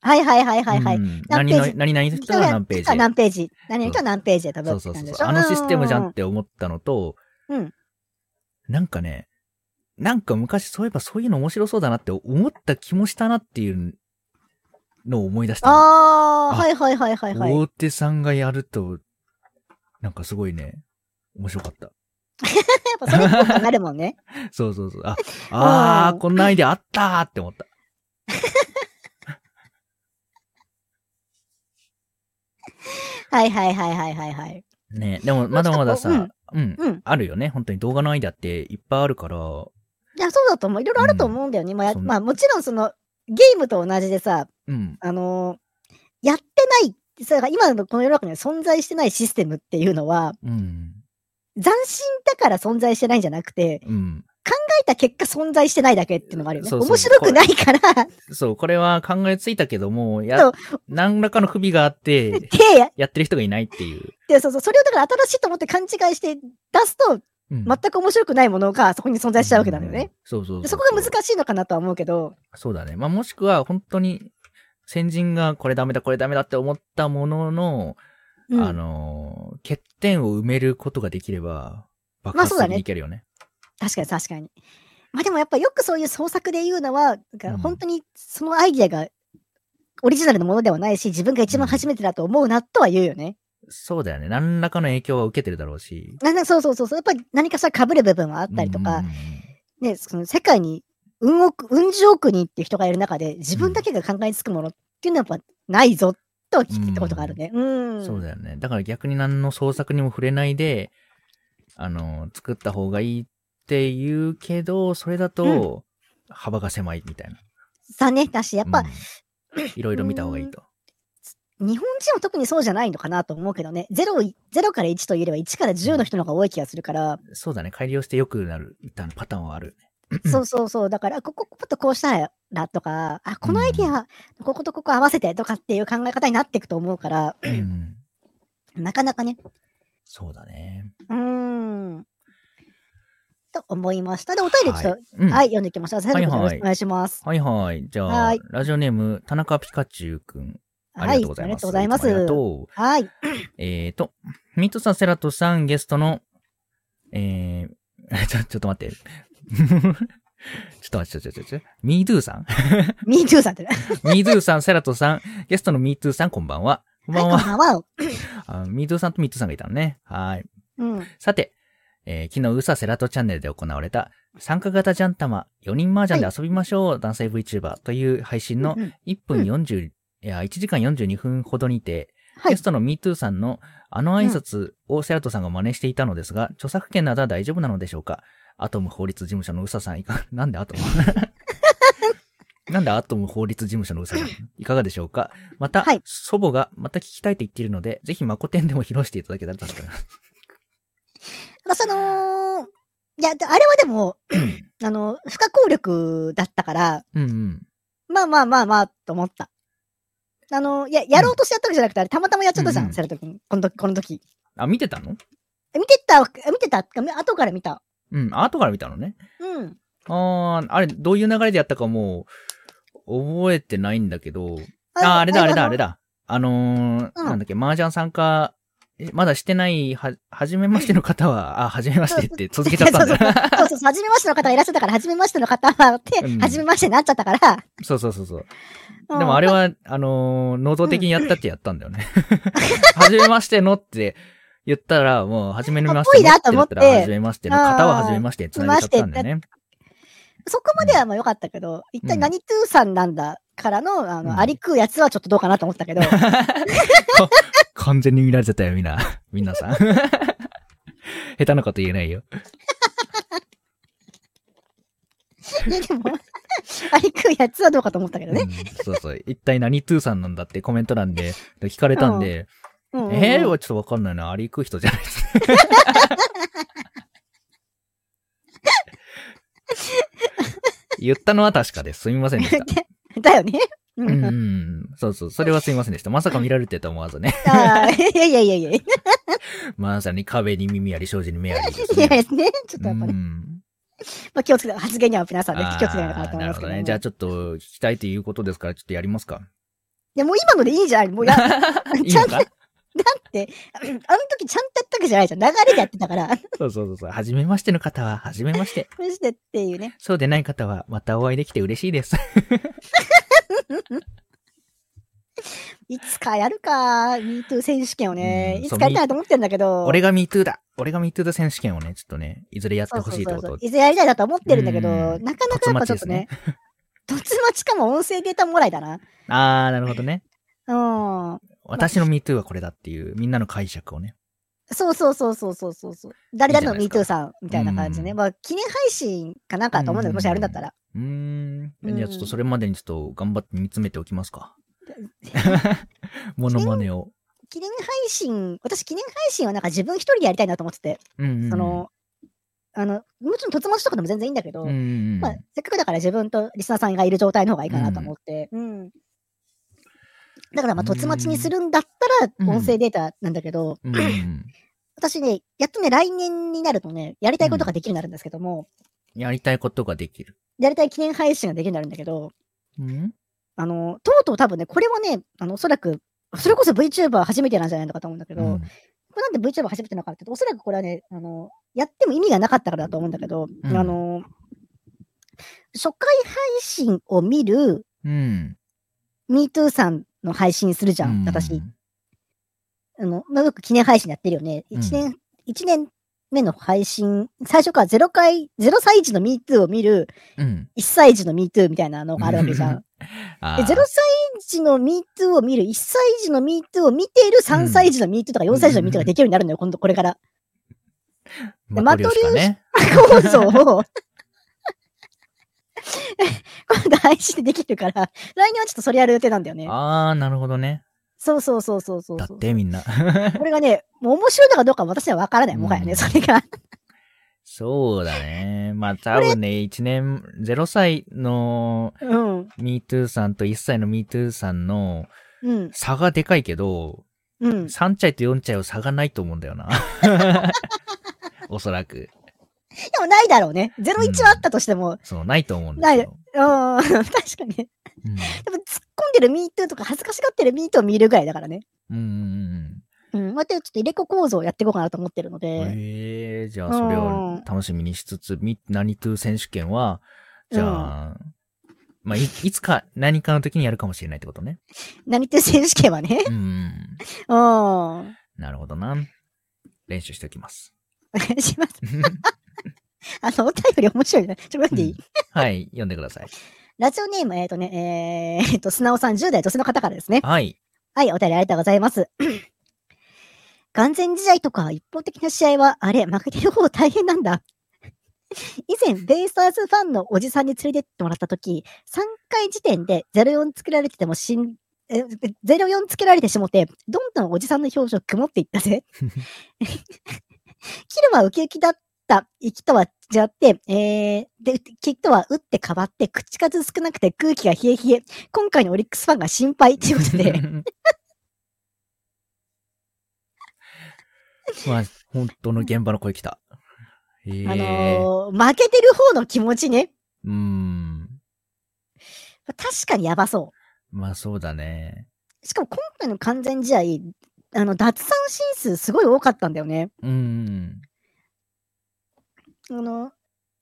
S1: はいはいはいはいは
S2: う
S1: い。
S2: ん
S1: 何
S2: 何
S1: ページ
S2: の、何々の人は何ペ
S1: 人が
S2: ージ。
S1: 何ページ。何人は何ページで飛ぶ
S2: そう
S1: って感
S2: そうそ
S1: じ
S2: う
S1: でし
S2: そ
S1: ょ
S2: う。あのシステムじゃんっ。て思ったのと、
S1: うん。
S2: なんかね、なんか昔そういえばそういうの面白そうだなって思った気もしたなっていうのを思い出したの。
S1: あ
S2: あ
S1: あ、はいはいはいはいはい。
S2: 大手さんがやると、なんかすごいね、面白かった。
S1: やっぱそれっぽくなるもんね。
S2: そうそ
S1: [laughs]
S2: うそう。あ、あ
S1: う
S2: ー、
S1: ん
S2: こんなアイデアあったーって思った。
S1: はいはいはいはいはいはい。
S2: ねでもまだまだ
S1: う
S2: さ
S1: ん、
S2: うん、
S1: うん。
S2: あるよね。本当に動画のアイデアっていっぱいあるから、
S1: いや、そうだと思う。いろいろあると思うんだよね。まあや、
S2: そん
S1: まあ、もちろんその、ゲームと同じでさ、
S2: うん、
S1: あのーやってない、それが今のこの世の中には存在してないシステムっていうのは、
S2: うん、
S1: 斬新だから存在してないんじゃなくて、
S2: うん。
S1: 考えた結果存在してないだけっていうのがあるよね。
S2: そうそう
S1: 面白くないから、 [laughs]
S2: そう、これは考えついたけども、
S1: そ
S2: や
S1: う、
S2: 何らかの不備があって、
S1: 手やっ
S2: やってる人がいないっていう。
S1: て、そうそう、それをだから新しいと思って勘違いして出すと、
S2: うん
S1: 全く面白くないものがそこに存在しちゃうわけなんだよね。。
S2: そうそうう
S1: でそこが難しいのかなとは思うけど、
S2: そうだね。まあ、もしくは、本当に、先人がこれダメだ、これダメだって思ったものの、
S1: うん、
S2: あのー、欠点を埋めることができれば、爆
S1: まあそうだ
S2: 発的
S1: ね
S2: にいけるよね。
S1: 確かに確かに。まあでもやっぱよくそういう創作で言うのは、
S2: うん
S1: 本当にそのアイディアがオリジナルのものではないし、自分が一番初めてだと思うなとは言うよね。
S2: そうだよね。何らかの影響は受けてるだろうし。
S1: ななそうそうそうそう。やっぱり何かしら被る部分はあったりとか、
S2: うんうんうん
S1: ね、その世界に、うん億、うん十億人っていう人がいる中で、自分だけが考えつくものっていうのはやっぱないぞ、とは聞いたことがあるね。うん。
S2: そうだよね。だから逆に何の創作にも触れないで、あの、作った方がいいって言うけど、それだと、幅が狭いみたいな。
S1: さね、だし、やっぱ、
S2: うんいろいろ見た方がいいと。
S1: 日本人は特にそうじゃないのかなと思うけどね。0、0から1というよりは1から10の人の方が多い気がするから、
S2: そうだね。改良して良くなる、みたいなパターンはある。
S1: そうそうそう。だから、ここ、もっとこうしたらとか、あ、このアイディアは、こことここ合わせてとかっていう考え方になっていくと思うから、
S2: うん
S1: なかなかね。
S2: そうだね。
S1: うーん。と思いました。で、お便りちょっ
S2: うん
S1: と、はい、読んでいきましょう。先生、
S2: はい
S1: よ
S2: はい
S1: ろしくお願いします。
S2: はいはい。じゃ
S1: は
S2: あ
S1: い、
S2: ラジオネーム、田中ピカチュウくん。
S1: は
S2: ありが
S1: い、
S2: とうございます。
S1: あ
S2: いつ
S1: り
S2: もあ
S1: が
S2: りが
S1: とうございます。
S2: とう。
S1: はい。
S2: えーと、ミトさん、セラトさん、ゲストの、えー、 [laughs] ちょ、ちょっと待って。ちょっと待って、ちょ、ちょ、ちょ、ちょ。ミードゥ [laughs] さん
S1: ミートゥーさんってね。
S2: ミードゥさん、セラトさん、ゲストのミートゥさん、こんばんは。こん
S1: は
S2: ば
S1: い、
S2: ん
S1: こん
S2: は。
S1: ばんは。
S2: あミードゥさんとミートゥさんがいたのね。はーい。
S1: うん。
S2: さて、えー昨日、ウサセラトチャンネルで行われた、参加型ジャンタマ、4人麻雀で遊びましょう、男性 VTuber という配信の
S1: うんうん
S2: 1分40、いや、1時間42分ほどにて、
S1: はい
S2: ゲス。トの MeToo さんのあの挨拶をセラトさんが真似していたのですが、著作権などは大丈夫なのでしょうかアトム法律事務所のウサさんいか、 [laughs] なんでアトムなんでアトム法律事務所のウサさんいかがでしょうかまた、
S1: はい
S2: 祖母がまた聞きたいと言っているので、ぜひマコ展でも披露していただけたら助かります。
S1: なんかその、いや、であれはで
S2: [clears throat]
S1: も、あの、不可抗力だったから、
S2: うんうん。
S1: まあまあまあまあ、と思った。あの、いや、やろうとしてやったわけじゃなくて、あれたまたまやっちゃったじゃ
S2: うんうん
S1: ん、その時に。この時、この時。
S2: あ、見てたの
S1: え見てた、え見てた、あ後から見た。
S2: うん、あ後から見たのね。
S1: うん。
S2: あー、あれ、どういう流れでやったかもう、覚えてないんだけど、あ、あれだ、あれだ、あれ。だ。あのー、
S1: うん
S2: なんだっけ、麻雀参加えまだしてない、は、はじめましての方は、あ、はじめましてって続けちゃった
S1: [laughs]
S2: ん [laughs] だな。
S1: そうそうそう、初めましての方がいらっしゃったから、初めましての方はって、
S2: うん
S1: 初めましてになっちゃったから。
S2: そうそうそうそう。
S1: うん
S2: でもあれは、あのー、能動的にやったってやったんだよね。 [laughs] はじめましてのって言ったら、もう、はじめましてのって言っ
S1: あ
S2: た
S1: っぽいなと思って
S2: ら、はじめましての方ははじめましてつなげちゃったんだよね。
S1: そこまではまあ良かったけど、一体何トゥーさんなんだからの、あの、
S2: うん
S1: ありくうやつはちょっとどうかなと思った
S2: [laughs]
S1: けど、
S2: 完全に見られてたよ、みんな。 [laughs] みなさん。下手なこと言えないよ。
S1: ね、でも、ありくうやつはどうかと思ったけど
S2: う
S1: ね。
S2: んそうそう。一体何トゥーさんなんだってコメント欄で聞かれたんで、
S1: うんうん
S2: えー、はちょっとわかんないな。アリ行く人じゃないです。 [laughs] 言ったのは確かです。すみませんでした。
S1: [laughs] だよね。う
S2: うん
S1: ん。
S2: うん。そうそう。それはすみませんでした。まさか見られてと思わずね。
S1: あーいやいやいやいや。い
S2: まさに壁に耳あり、障子に目ありです
S1: [laughs] や
S2: ね。
S1: ですね。ちょっと
S2: う
S1: やっぱね、
S2: ん。
S1: まあ気をつけて、発言には皆さんね、
S2: あ
S1: 気をつけないとなと
S2: ー
S1: 思いま
S2: なる
S1: すけ
S2: ほ
S1: ど
S2: ど
S1: も。
S2: ね。じゃあちょっと聞きたいということですから、ちょっとや
S1: [laughs]
S2: りますか。
S1: いや、もう今のでいいんじゃない
S2: [laughs]
S1: もうや、
S2: いい
S1: ちゃ
S2: の
S1: んと、
S2: か
S1: あの時ちゃんとやったわけじゃないじゃん。流れでやってたから。
S2: そうそうそうそう。はじめましての方は、はじめまして。
S1: そしてっていうね。
S2: そうでない方は、またお会いできて嬉しいです。
S1: いつかやるか、MeToo 選手権をね、
S2: うん
S1: いつかやりたいなと思ってんだけど。
S2: 俺が MeToo だ俺が MeToo だ選手権をね、ちょっとね、いずれやってほしいってこと
S1: そうそうそうそういずれやりたいなと思ってるんだけど、
S2: うん
S1: なかなかやっぱちょっとね、 [laughs] とつまちかも音声データもらいだな。
S2: あー、なるほどね。
S1: うん。
S2: 私の MeToo はこれだっていう、みんなの解釈をね。
S1: そうそうそうそうそうそうそう。誰々の
S2: いいじゃな
S1: MeToo
S2: いで
S1: さんみたいな感じでね。
S2: うん
S1: まあ、記念配信かなんかだと思うんだけど、
S2: うん
S1: もしやるんだったら。 [laughs]
S2: うーん。
S1: うん
S2: じゃあちょっとそれまでにちょっと頑張って見つめておきますか。モノマネを。
S1: 記念配信、私記念配信はなんか自分一人でやりたいなと思ってて、
S2: うんうんうん。
S1: その、あの、もちろんとつまちとかでも全然いいんだけど、
S2: うんうんうん、
S1: まあ、せっかくだから自分とリスナーさんがいる状態の方がいいかなと思って。うん。だから、まあ、とつまちにするんだった
S2: うん
S1: ら、音声データなんだけど、
S2: うんうんうん
S1: 私ね、やっとね、来年になるとね、やりたいことができるようになるんですけども、
S2: やりたいことができる。
S1: やりたい記念配信ができるようになるんだけど、
S2: うん
S1: あの、とうとう多分ね、これはね、あの、おそらく、それこそ VTuber 初めてなんじゃないのかと思うんだけど、
S2: うん
S1: これなんで VTuber 初めてなのかっていうと、おそらくこれはね、あの、やっても意味がなかったからだと思うんだけど、
S2: うん
S1: あの、初回配信を見る
S2: うん。
S1: MeToo さんの配信するじゃん、
S2: う
S1: 私。
S2: ん
S1: あの、まあ、よく記念配信やってるよね。
S2: うん
S1: 一年、一、年目の配信、最初から0回、0歳児の MeToo を見る、
S2: うん。
S1: 1歳児の MeToo みたいなのがあるわけじゃん。
S2: あ
S1: で、0
S2: ー
S1: 歳児の MeToo を見る、1歳児の MeToo を見ている3歳児の MeToo とか4歳児の MeToo ができるようになるのよ、今度これ
S2: [laughs]
S1: から。
S2: マトリョシカね。
S1: 構造を。 [laughs] 今度配信でできるから、来年はちょっとそれやる予定なんだよね。
S2: あー、なるほどね。
S1: そうそうそうそうそう
S2: だ
S1: そう
S2: っ。てみんな。 [laughs]
S1: これがね、もう面白いのかどうか私には分からない、もはや
S2: う
S1: ね、
S2: ん
S1: それが。
S2: そうだね。まあ多分ね、1年、0歳の
S1: うん。
S2: MeToo さんと1歳の MeToo さんの
S1: うん。
S2: 差がでかいけど、
S1: うん。
S2: 3歳と4歳は差がないと思うんだ
S1: [laughs]
S2: よな。 [laughs] おそらく。
S1: でもないだろうね。01はあったとしても。
S2: そう、ないと思うんですよ。
S1: うん、 [laughs] 確かに。で
S2: うん
S1: も突っ込んでる MeToo とか恥ずかしがってる MeToo を見るぐらいだからね。
S2: うんうん
S1: うん。またちょっと入れ子構造をやっていこうかなと思ってるの
S2: うんうん。
S1: で。
S2: えー、じゃあそれを楽しみにしつつ、み何と選手権は、じゃあ、まあい、いつか何かの時にやるかもしれないってことね。
S1: 何って選手権は [laughs] ね。
S2: うんうん。
S1: うん。
S2: なるほどな。練習しておきます。
S1: お願いします。あの、お便り面白いね。ちょっと待っていい、
S2: うんはい、読んでください。
S1: ラジオネーム、えっ、とね、えー、えっと、砂尾さん10代女性の方からですね。
S2: はい。
S1: はい、お便りありがとうございます。 [clears throat] 完全試合とか一方的な試合は、あれ、負けてる方大変なんだ。 [laughs] 以前、ベイスターズファンのおじさんに連れてってもらったとき、3回時点で04つけられててもしん、え04つけられてしもて、どんどんおじさんの表情曇っていったぜ。 [laughs] キルはウキウキだった行きとは違って、えー、で、きっとは打って変わって、口数少なくて空気が冷え冷え、今回のオリックスファンが心配ということで、
S2: [laughs] まあ、本当の現場の声来た。ええ
S1: あのー負けてる方の気持ちね。
S2: うーん。
S1: 確かにやばそ
S2: まあそうだね。
S1: う。しかも今回の完全試合、あの、奪三振数すごい多かったんだよね。
S2: うん。
S1: あの、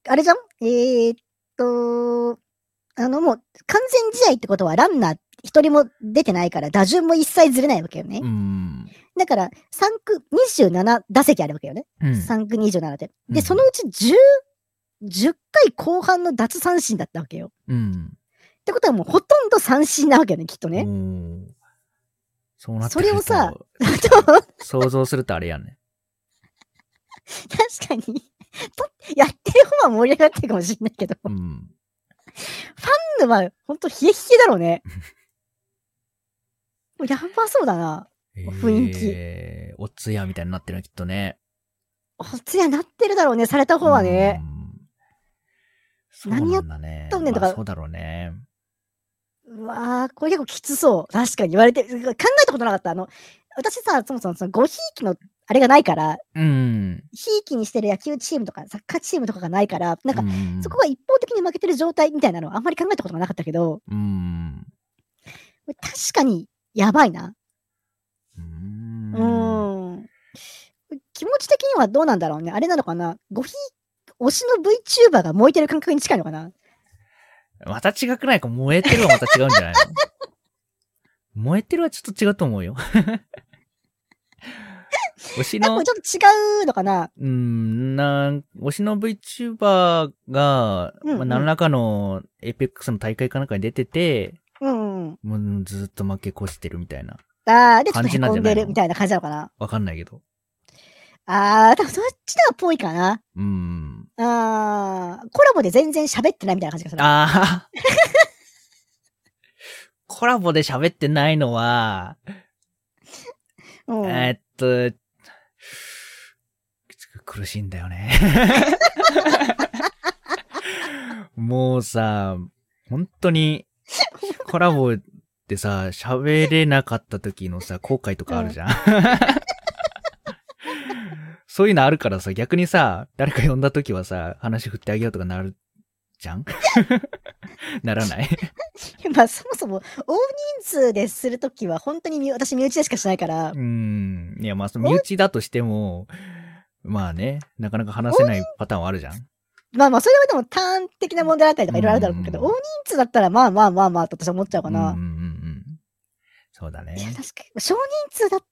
S1: あれじゃんえーっと、あのもう完全試合ってことはランナー一人も出てないから打順も一切ずれないわけよね。
S2: うん。
S1: だから3区27打席あるわけよね。
S2: うん
S1: 3区27で。
S2: う
S1: で、
S2: ん
S1: そのうち10、10回後半の脱三振だったわけよ。っ
S2: うん。
S1: てことはもうほとんど三振なわけよね、きっと
S2: お
S1: ね。
S2: ーそうなって
S1: それをさ [laughs]
S2: くると
S1: 確か
S2: 想像するとあれ
S1: [laughs]
S2: やね。
S1: に [laughs] と。やってる方は盛り上がってるかもしれないけど、フ
S2: うん。
S1: ァンはほんと冷え冷えだろうね。もうやばそうだな。雰囲気
S2: えーお通夜みたいになってるのきっとね。
S1: おつやなってるだろうね、された方はね。
S2: うん。そう
S1: 何や
S2: なんだね。
S1: とんねんとか
S2: まあそうだろうね。
S1: うわー、これ結構きつそう。確かに言われて、考えたことなかった。あの、私さ、そもそもそのごひいきのあれがないから、
S2: うん。
S1: ひいきにしてる野球チームとかサッカーチームとかがないから、なんか、
S2: うん
S1: そこが一方的に負けてる状態みたいなのはあんまり考えたことがなかったけど、
S2: うん。
S1: 確かにやばいな。
S2: う
S1: うんーん。気持ち的にはどうなんだろうね。あれなのかなごひい、推しの VTuber が燃えてる感覚に近いのかな
S2: また違くないか燃えてるはまた違うんじゃない
S1: [laughs]
S2: の燃えてるはちょっと違うと思うよ。推し
S1: なん
S2: の
S1: か、ちょっと違うのかな
S2: うん、なん、推しの VTuber が、
S1: うんうん
S2: まあ、何らかの APEX の大会かなんかに出てて、
S1: うんうん。
S2: もうずっと負け越してるみたいな。
S1: あー、で、ちょっと
S2: 感じなん
S1: 凹ん
S2: じゃないの
S1: でるみたいな感じなのかな
S2: わかんないけど。
S1: あー、多分そっちのはぽいかな
S2: うん。
S1: あー、コラボで全然喋ってないみたいな感じがする。
S2: ああ。 [laughs] コラボで喋ってないのは、
S1: うん、
S2: えーっと、苦しいんだよね。もうさ、本当に、コラボでさ、喋れなかった時のさ、後悔とかあるじゃん。そういうのあるからさ、逆にさ、誰か呼んだ時はさ、話振ってあげようとかなるじゃんならない
S1: [laughs] まあ、そもそも、大人数でするときは、本当に身私、身内でしかしないから
S2: う、ん。いや、まあ、その身内だとしても、まあね、なかなか話せないパターンはあるじゃん。
S1: まあまあ、それはでも、単的な問題だったりとか、いろいろあるだろうけど、
S2: うん
S1: 大人数だったら、まあまあまあまあ、と私は思っちゃうか
S2: うん
S1: な
S2: うん。うんうん。そうだね
S1: い。や、確かに、少人数だと、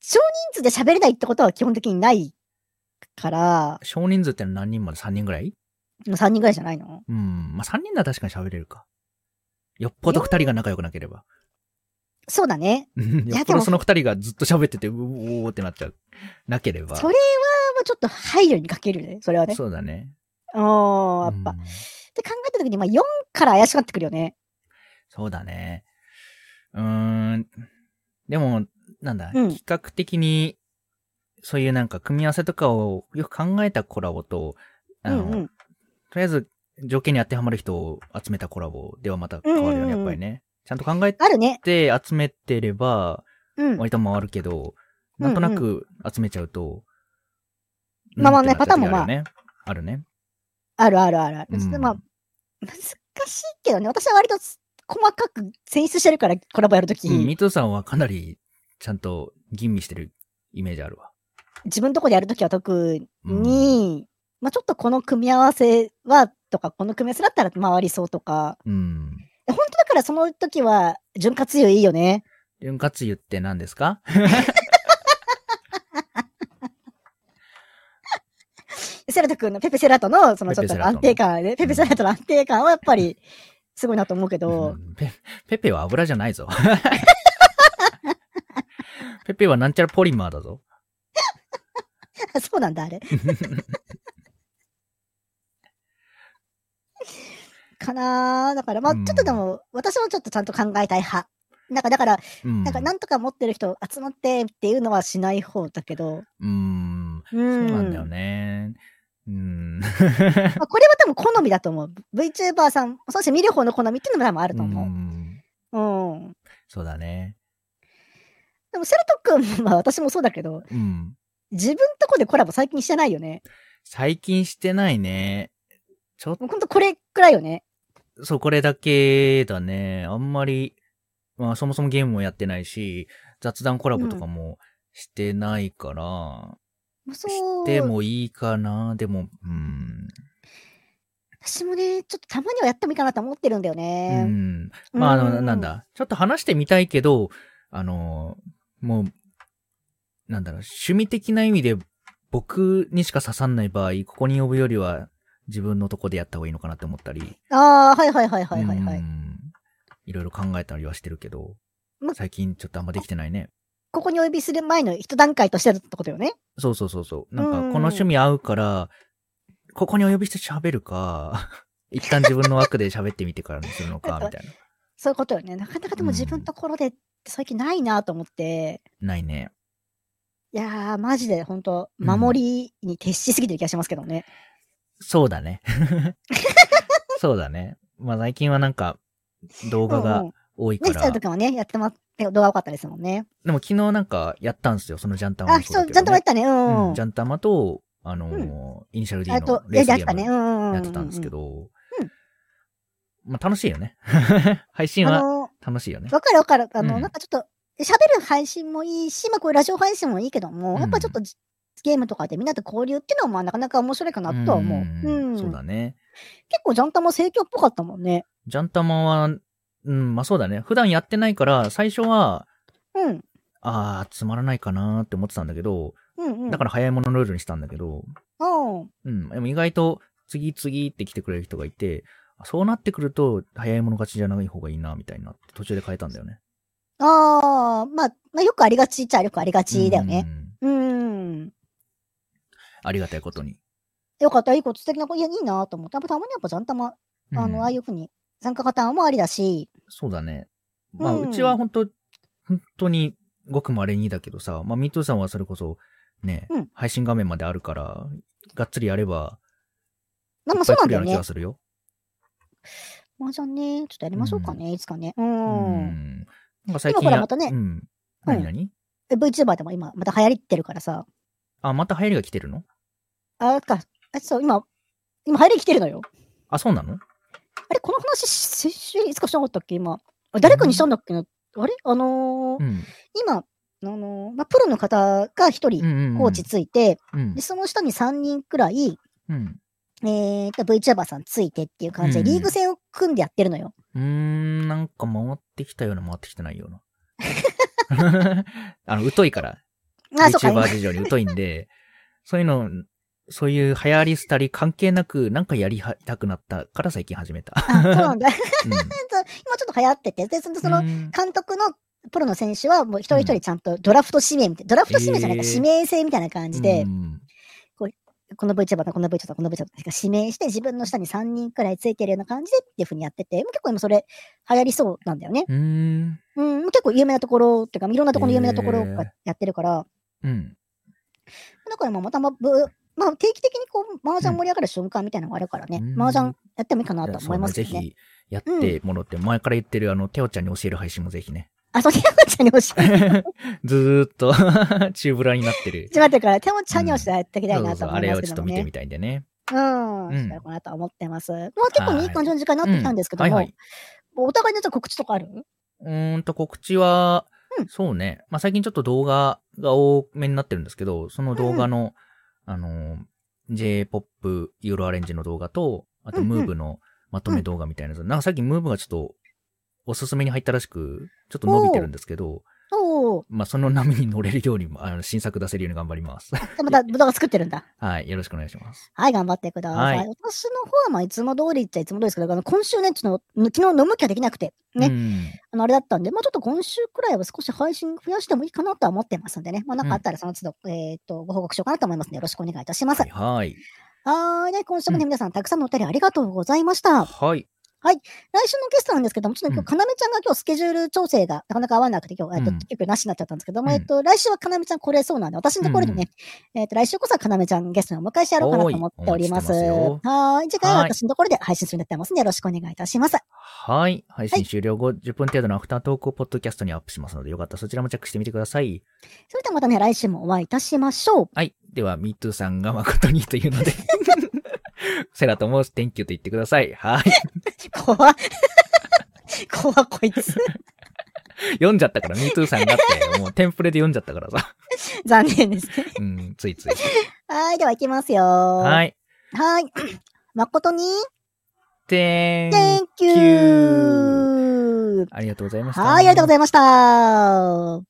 S1: 少人数で喋れないってことは基本的にないから、
S2: 少人数ってのは何人まで ?3 人ぐらい
S1: もう3人ぐらいじゃないの
S2: うん。まあ、3人なら確かに喋れるか。よっぽど2人が仲良くなければ。
S1: そうだね。
S2: うん [laughs] よっぽどその2人がずっと喋ってて、うおーってなっちゃう。なければ。
S1: それは、まあちょっと配慮にかけるね、それはね。
S2: そうだね。
S1: おー、やっぱ。
S2: う
S1: っ
S2: ん
S1: て考えたときに、まあ4から怪しくなってくるよね。
S2: そうだね。うーん。でも、なんだ、
S1: うん
S2: 比較的に、そういうなんか組み合わせとかをよく考えたコラボと、あ
S1: う
S2: の、
S1: んうん。
S2: とりあえず、条件に当てはまる人を集めたコラボではまた変わるよね、
S1: うんうんうん
S2: やっぱりね。ちゃんと考え
S1: あるね。
S2: て集めてれば、
S1: うん。
S2: 割と回るけど、
S1: うん
S2: なんとなく集めちゃうと、
S1: うんまあまあね
S2: うんってなっちゃ
S1: パター
S2: う時
S1: ンもまあ
S2: るよねあるね。
S1: あるあるあるある。
S2: うん
S1: ちょっとまあ、難しいけどね。私は割と細かく選出してるから、コラボやるとき、
S2: うん、ミトさんはかなり、ちゃんと吟味してるイメージあるわ。
S1: 自分のとこでやるときは特に、まあちょっとこの組み合わせは、とか、この組み合わせだったら回りそうとか、
S2: うん。
S1: 本当だからその時は、潤滑油いいよね。
S2: 潤滑油って何ですか
S1: セラト君のペペセラトの、そのちょっ
S2: ペペセ
S1: と
S2: ラト
S1: 安
S2: の
S1: 定感ね、ペペセラトの安定感はやっぱり、すごいなと思うけど、
S2: うん [laughs] ペペペは油じゃないぞ。ペペはなんちゃらポリマーだぞ。
S1: [laughs] そうなんだ、
S2: [laughs]
S1: あれ。かなーだから、まあ、
S2: う
S1: ち
S2: ん
S1: ょっとでも、私もちょっとちゃんと考えたい派。なんか、だから、
S2: うん。
S1: なんか、なんとか持ってる人集まってっていうのはしない方だけど。
S2: うん。
S1: そう
S2: そうなんだよ。ね。うん。
S1: まあ、これは多分好みだと思う。VTuber さん、そして見る方の好みっていうのも多分あると
S2: う
S1: 思
S2: ん
S1: う。うん。
S2: そうだね。
S1: でも、セルト君、 [laughs] まあ、私もそうだけど、
S2: うん。
S1: 自分とこでコラボ最近してないよね。
S2: 最近してないね。ちょっ
S1: もうほんとこれくらいよね。
S2: と、そう、これだけだね。あんまり、まあそもそもゲームもやってないし、雑談コラボとかもしてないから、
S1: まあそう
S2: してもいいかな。でも、うん。
S1: 私もね、ちょっとたまにはやってもいいかなと思ってるんだよ
S2: う
S1: ね。
S2: ん。まあ、あ
S1: う
S2: の、なん。だ。ちょっと話してみたいけど、あの、もう、なんだろう、趣味的な意味で僕にしか刺さんない場合、ここに呼ぶよりは自分のとこでやった方がいいのかなって思ったり。
S1: ああ、はいはいはいはいはい、は
S2: う
S1: い。
S2: んいろいろ考えたりはしてるけど
S1: ま、
S2: 最近ちょっとあんまできてないね。
S1: ここにお呼びする前の一段階としてだってことよね。
S2: そうそうそうそう。なんか、
S1: うん
S2: この趣味合うから、ここにお呼びして喋
S1: [laughs]
S2: るか、一旦自分の枠で喋ってみてからにするのか、みたいな。
S1: そういうことよね。なかなかでも自分のところでって最近ないなと思って、
S2: ないね。
S1: いやー、マジで本当
S2: うん
S1: 守りに徹しすぎてる気がしますけどね。
S2: そうだね。 [laughs] そうだね。まあ最近はなんか、動画
S1: うん
S2: が
S1: うん
S2: 多いか
S1: ネク
S2: ら。
S1: タイとかはね、やってもらって、動画多かったですもんね。
S2: でも昨日なんかやったんですよ、そのジャンタマ
S1: あ、そう、ちゃんとやったね。うん。
S2: うん、ジャンタマと、あのーイニシャル D
S1: あと
S2: の、レ
S1: や
S2: ースゲ
S1: やってた
S2: ーム
S1: ね。うんうん。
S2: やってたんですけ。ど
S1: うん、
S2: まあ楽しいよね。 [laughs] 配信
S1: あ
S2: は
S1: の、
S2: 楽しいよね。
S1: わかるわかる。あの、
S2: うん
S1: なんかちょっと、喋る配信もいいし、まあこういうラジオ配信もいいけども、
S2: うん
S1: やっぱちょっとじゲームとかでみんなと交流っていうのはまあなかなか面白いかなとは思う。うん。
S2: そうだね。
S1: 結構ジャンタも盛況っぽかったもんね。
S2: ジャンタマは、うん、まあそうだね。普段やってないから、最初は、
S1: うん。
S2: ああ、つまらないかなーって思ってたんだけど、
S1: うんうん。
S2: だから早いものルールにしたんだけど、
S1: うん。
S2: うん、でも意外と、次々って来てくれる人がいて、あそうなってくると、早い者勝ちじゃない方がいいな、みたいになって、途中で変えたんだよね。
S1: ああ、まあ、まあ、よくありがちっちゃよくありがちだよね
S2: う。ん。
S1: うん。
S2: ありがたいことに。
S1: よかった、いいこと、素敵なこと、いや、いいなと思って。やっぱたまにやっぱジャンタも、あ
S2: うん
S1: の、ああいうふうに参加型もありだし、
S2: そうだね。まあ、
S1: うん
S2: うちは本当本当に、ごく稀にだけどさ、まあ、ミートさんはそれこそ、ね、
S1: うん
S2: 配信画面まであるから、がっつりやれば、
S1: まあまあ
S2: いっぱ
S1: そう
S2: い
S1: なん
S2: 来る
S1: だ
S2: よ
S1: よ
S2: うな気
S1: ね
S2: が。するよ。
S1: まあじゃあね、ちょっとやりましょうかね、いつかね。う。。
S2: うんなんか最近
S1: 今ほ
S2: や、
S1: らまたね
S2: うん。何々、
S1: で VTuber でも今、また流行りってるからさ。
S2: あ、また流行りが来てるの
S1: あ、か、あそう、今、今流行り来てるのよ。
S2: あ、そうなの
S1: あれ、この話、先週いつかしなかったっけ今。あ誰かにしたんだっけな、あれあのー
S2: うん。
S1: 今、あのーまあ、プロの方が一
S2: うん
S1: 人、
S2: うんうん。
S1: コーチついて、
S2: うん
S1: で、。その下に3人くらい、
S2: うん。
S1: えー、と VTuber さんついてっていう感じで、
S2: うん
S1: リーグ戦を組んでやってるのよ。
S2: うーん、なんか回ってきたような、回ってきてないよ
S1: [laughs]
S2: うな。あの、疎いから。
S1: あ、そうか、今
S2: VTuber 事情に疎いんで、そういうの、そういう流行り廃り関係なく、なんかやりはたくなったから最近始
S1: [laughs]
S2: めた。
S1: あそうなんだ。
S2: うん
S1: そう今ちょっと流行ってて、で、その、その
S2: うん
S1: 監督のプロの選手は、もう一人一人ちゃんとドラフト指名みたいな、ドラフト指名じゃないか、
S2: えー
S1: 指名制みたいな感じで
S2: う、ん
S1: この VTuber だ、この VTuber だ、この VTuber だ、指名して、自分の下に3人くらいついてるような感じでっていうふうにやってて、もう結構今それ流行りそうなんだよね。
S2: うーん。
S1: うん、結構有名なところっていうか、いろんなところの有名なところ
S2: へー
S1: がやってるから、
S2: うん。
S1: だからまあまたま、ぶまあ、定期的にこう、麻雀盛り上がる瞬間みたいなのがあるからね、
S2: うん
S1: 麻雀やってもいいかなとは
S2: そ
S1: 思
S2: う
S1: い
S2: ね
S1: ますけ
S2: ぜ
S1: どね。
S2: ひ、やってもろって、前から言ってる、あの、テオちゃんに教える配信もぜ
S1: [laughs]
S2: ひね。
S1: あ、そう、テオちゃんに教えて、
S2: ずーっと、 [laughs] チューブラになってる。
S1: ちょっと待ってから、テオちゃんに教えてやっていきたいなと
S2: そうそうそう
S1: 思
S2: あ
S1: い
S2: れ
S1: ま
S2: を
S1: すけ
S2: ちょっと
S1: どもね
S2: 見てみ。たいんでね。
S1: うん、
S2: うん
S1: そうだろうなとは思ってます。まあ結構ねいい感じの時間になってきたんですけど
S2: はいは
S1: も
S2: い、。
S1: お互いのじゃあ告知とかある
S2: うーんと、告知は、
S1: うん
S2: そうね。まあ、最近ちょっと動画が多めになってるんですけど、その動画の、あのー、J-POP ユーロアレンジの動画と、あと、
S1: うんうん
S2: ムーブのまとめ動画みたいなやつ。なんかさっきムーブがちょっと、おすすめに入ったらしく、ちょっと伸びてるんですけど、
S1: おー
S2: まあ、その波に乗れるようにも、あの、新作出せるように頑張ります。
S1: じゃあまた動画作ってるんだ。
S2: [laughs] はい。よろしくお願いします。
S1: はい、頑張ってください。
S2: はい
S1: 私の方は、まあ、いつも通りっちゃいつも通りですけど、あの今週ね、ちょっと、昨日飲む気はできなくて、ね、
S2: うん
S1: あの、あれだったんで、まあ、ちょっと今週くらいは少し配信増やしてもいいかなとは思ってますんでね、まあ、なんかあったらその都度、えっ、と、ご報告しようかなと思いますので、よろしくお願いいたします。
S2: は。
S1: はい
S2: はい。
S1: ーい、ね、今週もね、皆さんたくさんのお便りありがとうございました。来
S2: はい。
S1: 週のゲストなんですけども、ちょっと今日、かなめちゃんが今日スケジュール調整がなかなか合わなくて、今日、えっと、
S2: うん
S1: 結局なしになっちゃったんですけども、
S2: うん
S1: えっと、来週はかなめちゃん来れそうなんで、私のところでね、えっと、来週こそはかなめちゃんゲストにお迎えしてやろうかなと思っております。
S2: おーいお待ちして
S1: はーい、次回
S2: ま
S1: は
S2: はい
S1: 私のところで配信するようになってますので、よろしくお願いいたします。
S2: はい。配信終了後、10分程度のアフタートークをポッドキャストにアップしますので、よかったらそちらもチェックしてみてください。
S1: それではまたね、来週もお会いいたしましょう。
S2: はい。では、ミートゥーさんが誠にというので、 [laughs] セラとも Thank you と言ってください。はい。
S1: 怖っ怖っこいつ。
S2: 読んじゃったから、MeToo さんがあって、もうテンプレで読んじゃったからさ。
S1: 残念ですね。
S2: うん、ついつい。
S1: はーい、では行きますよ。。
S2: はいい。
S1: はーい。誠に、
S2: てーん
S1: Thank。you!
S2: ありがとうございました。
S1: はい、ありがとうございました。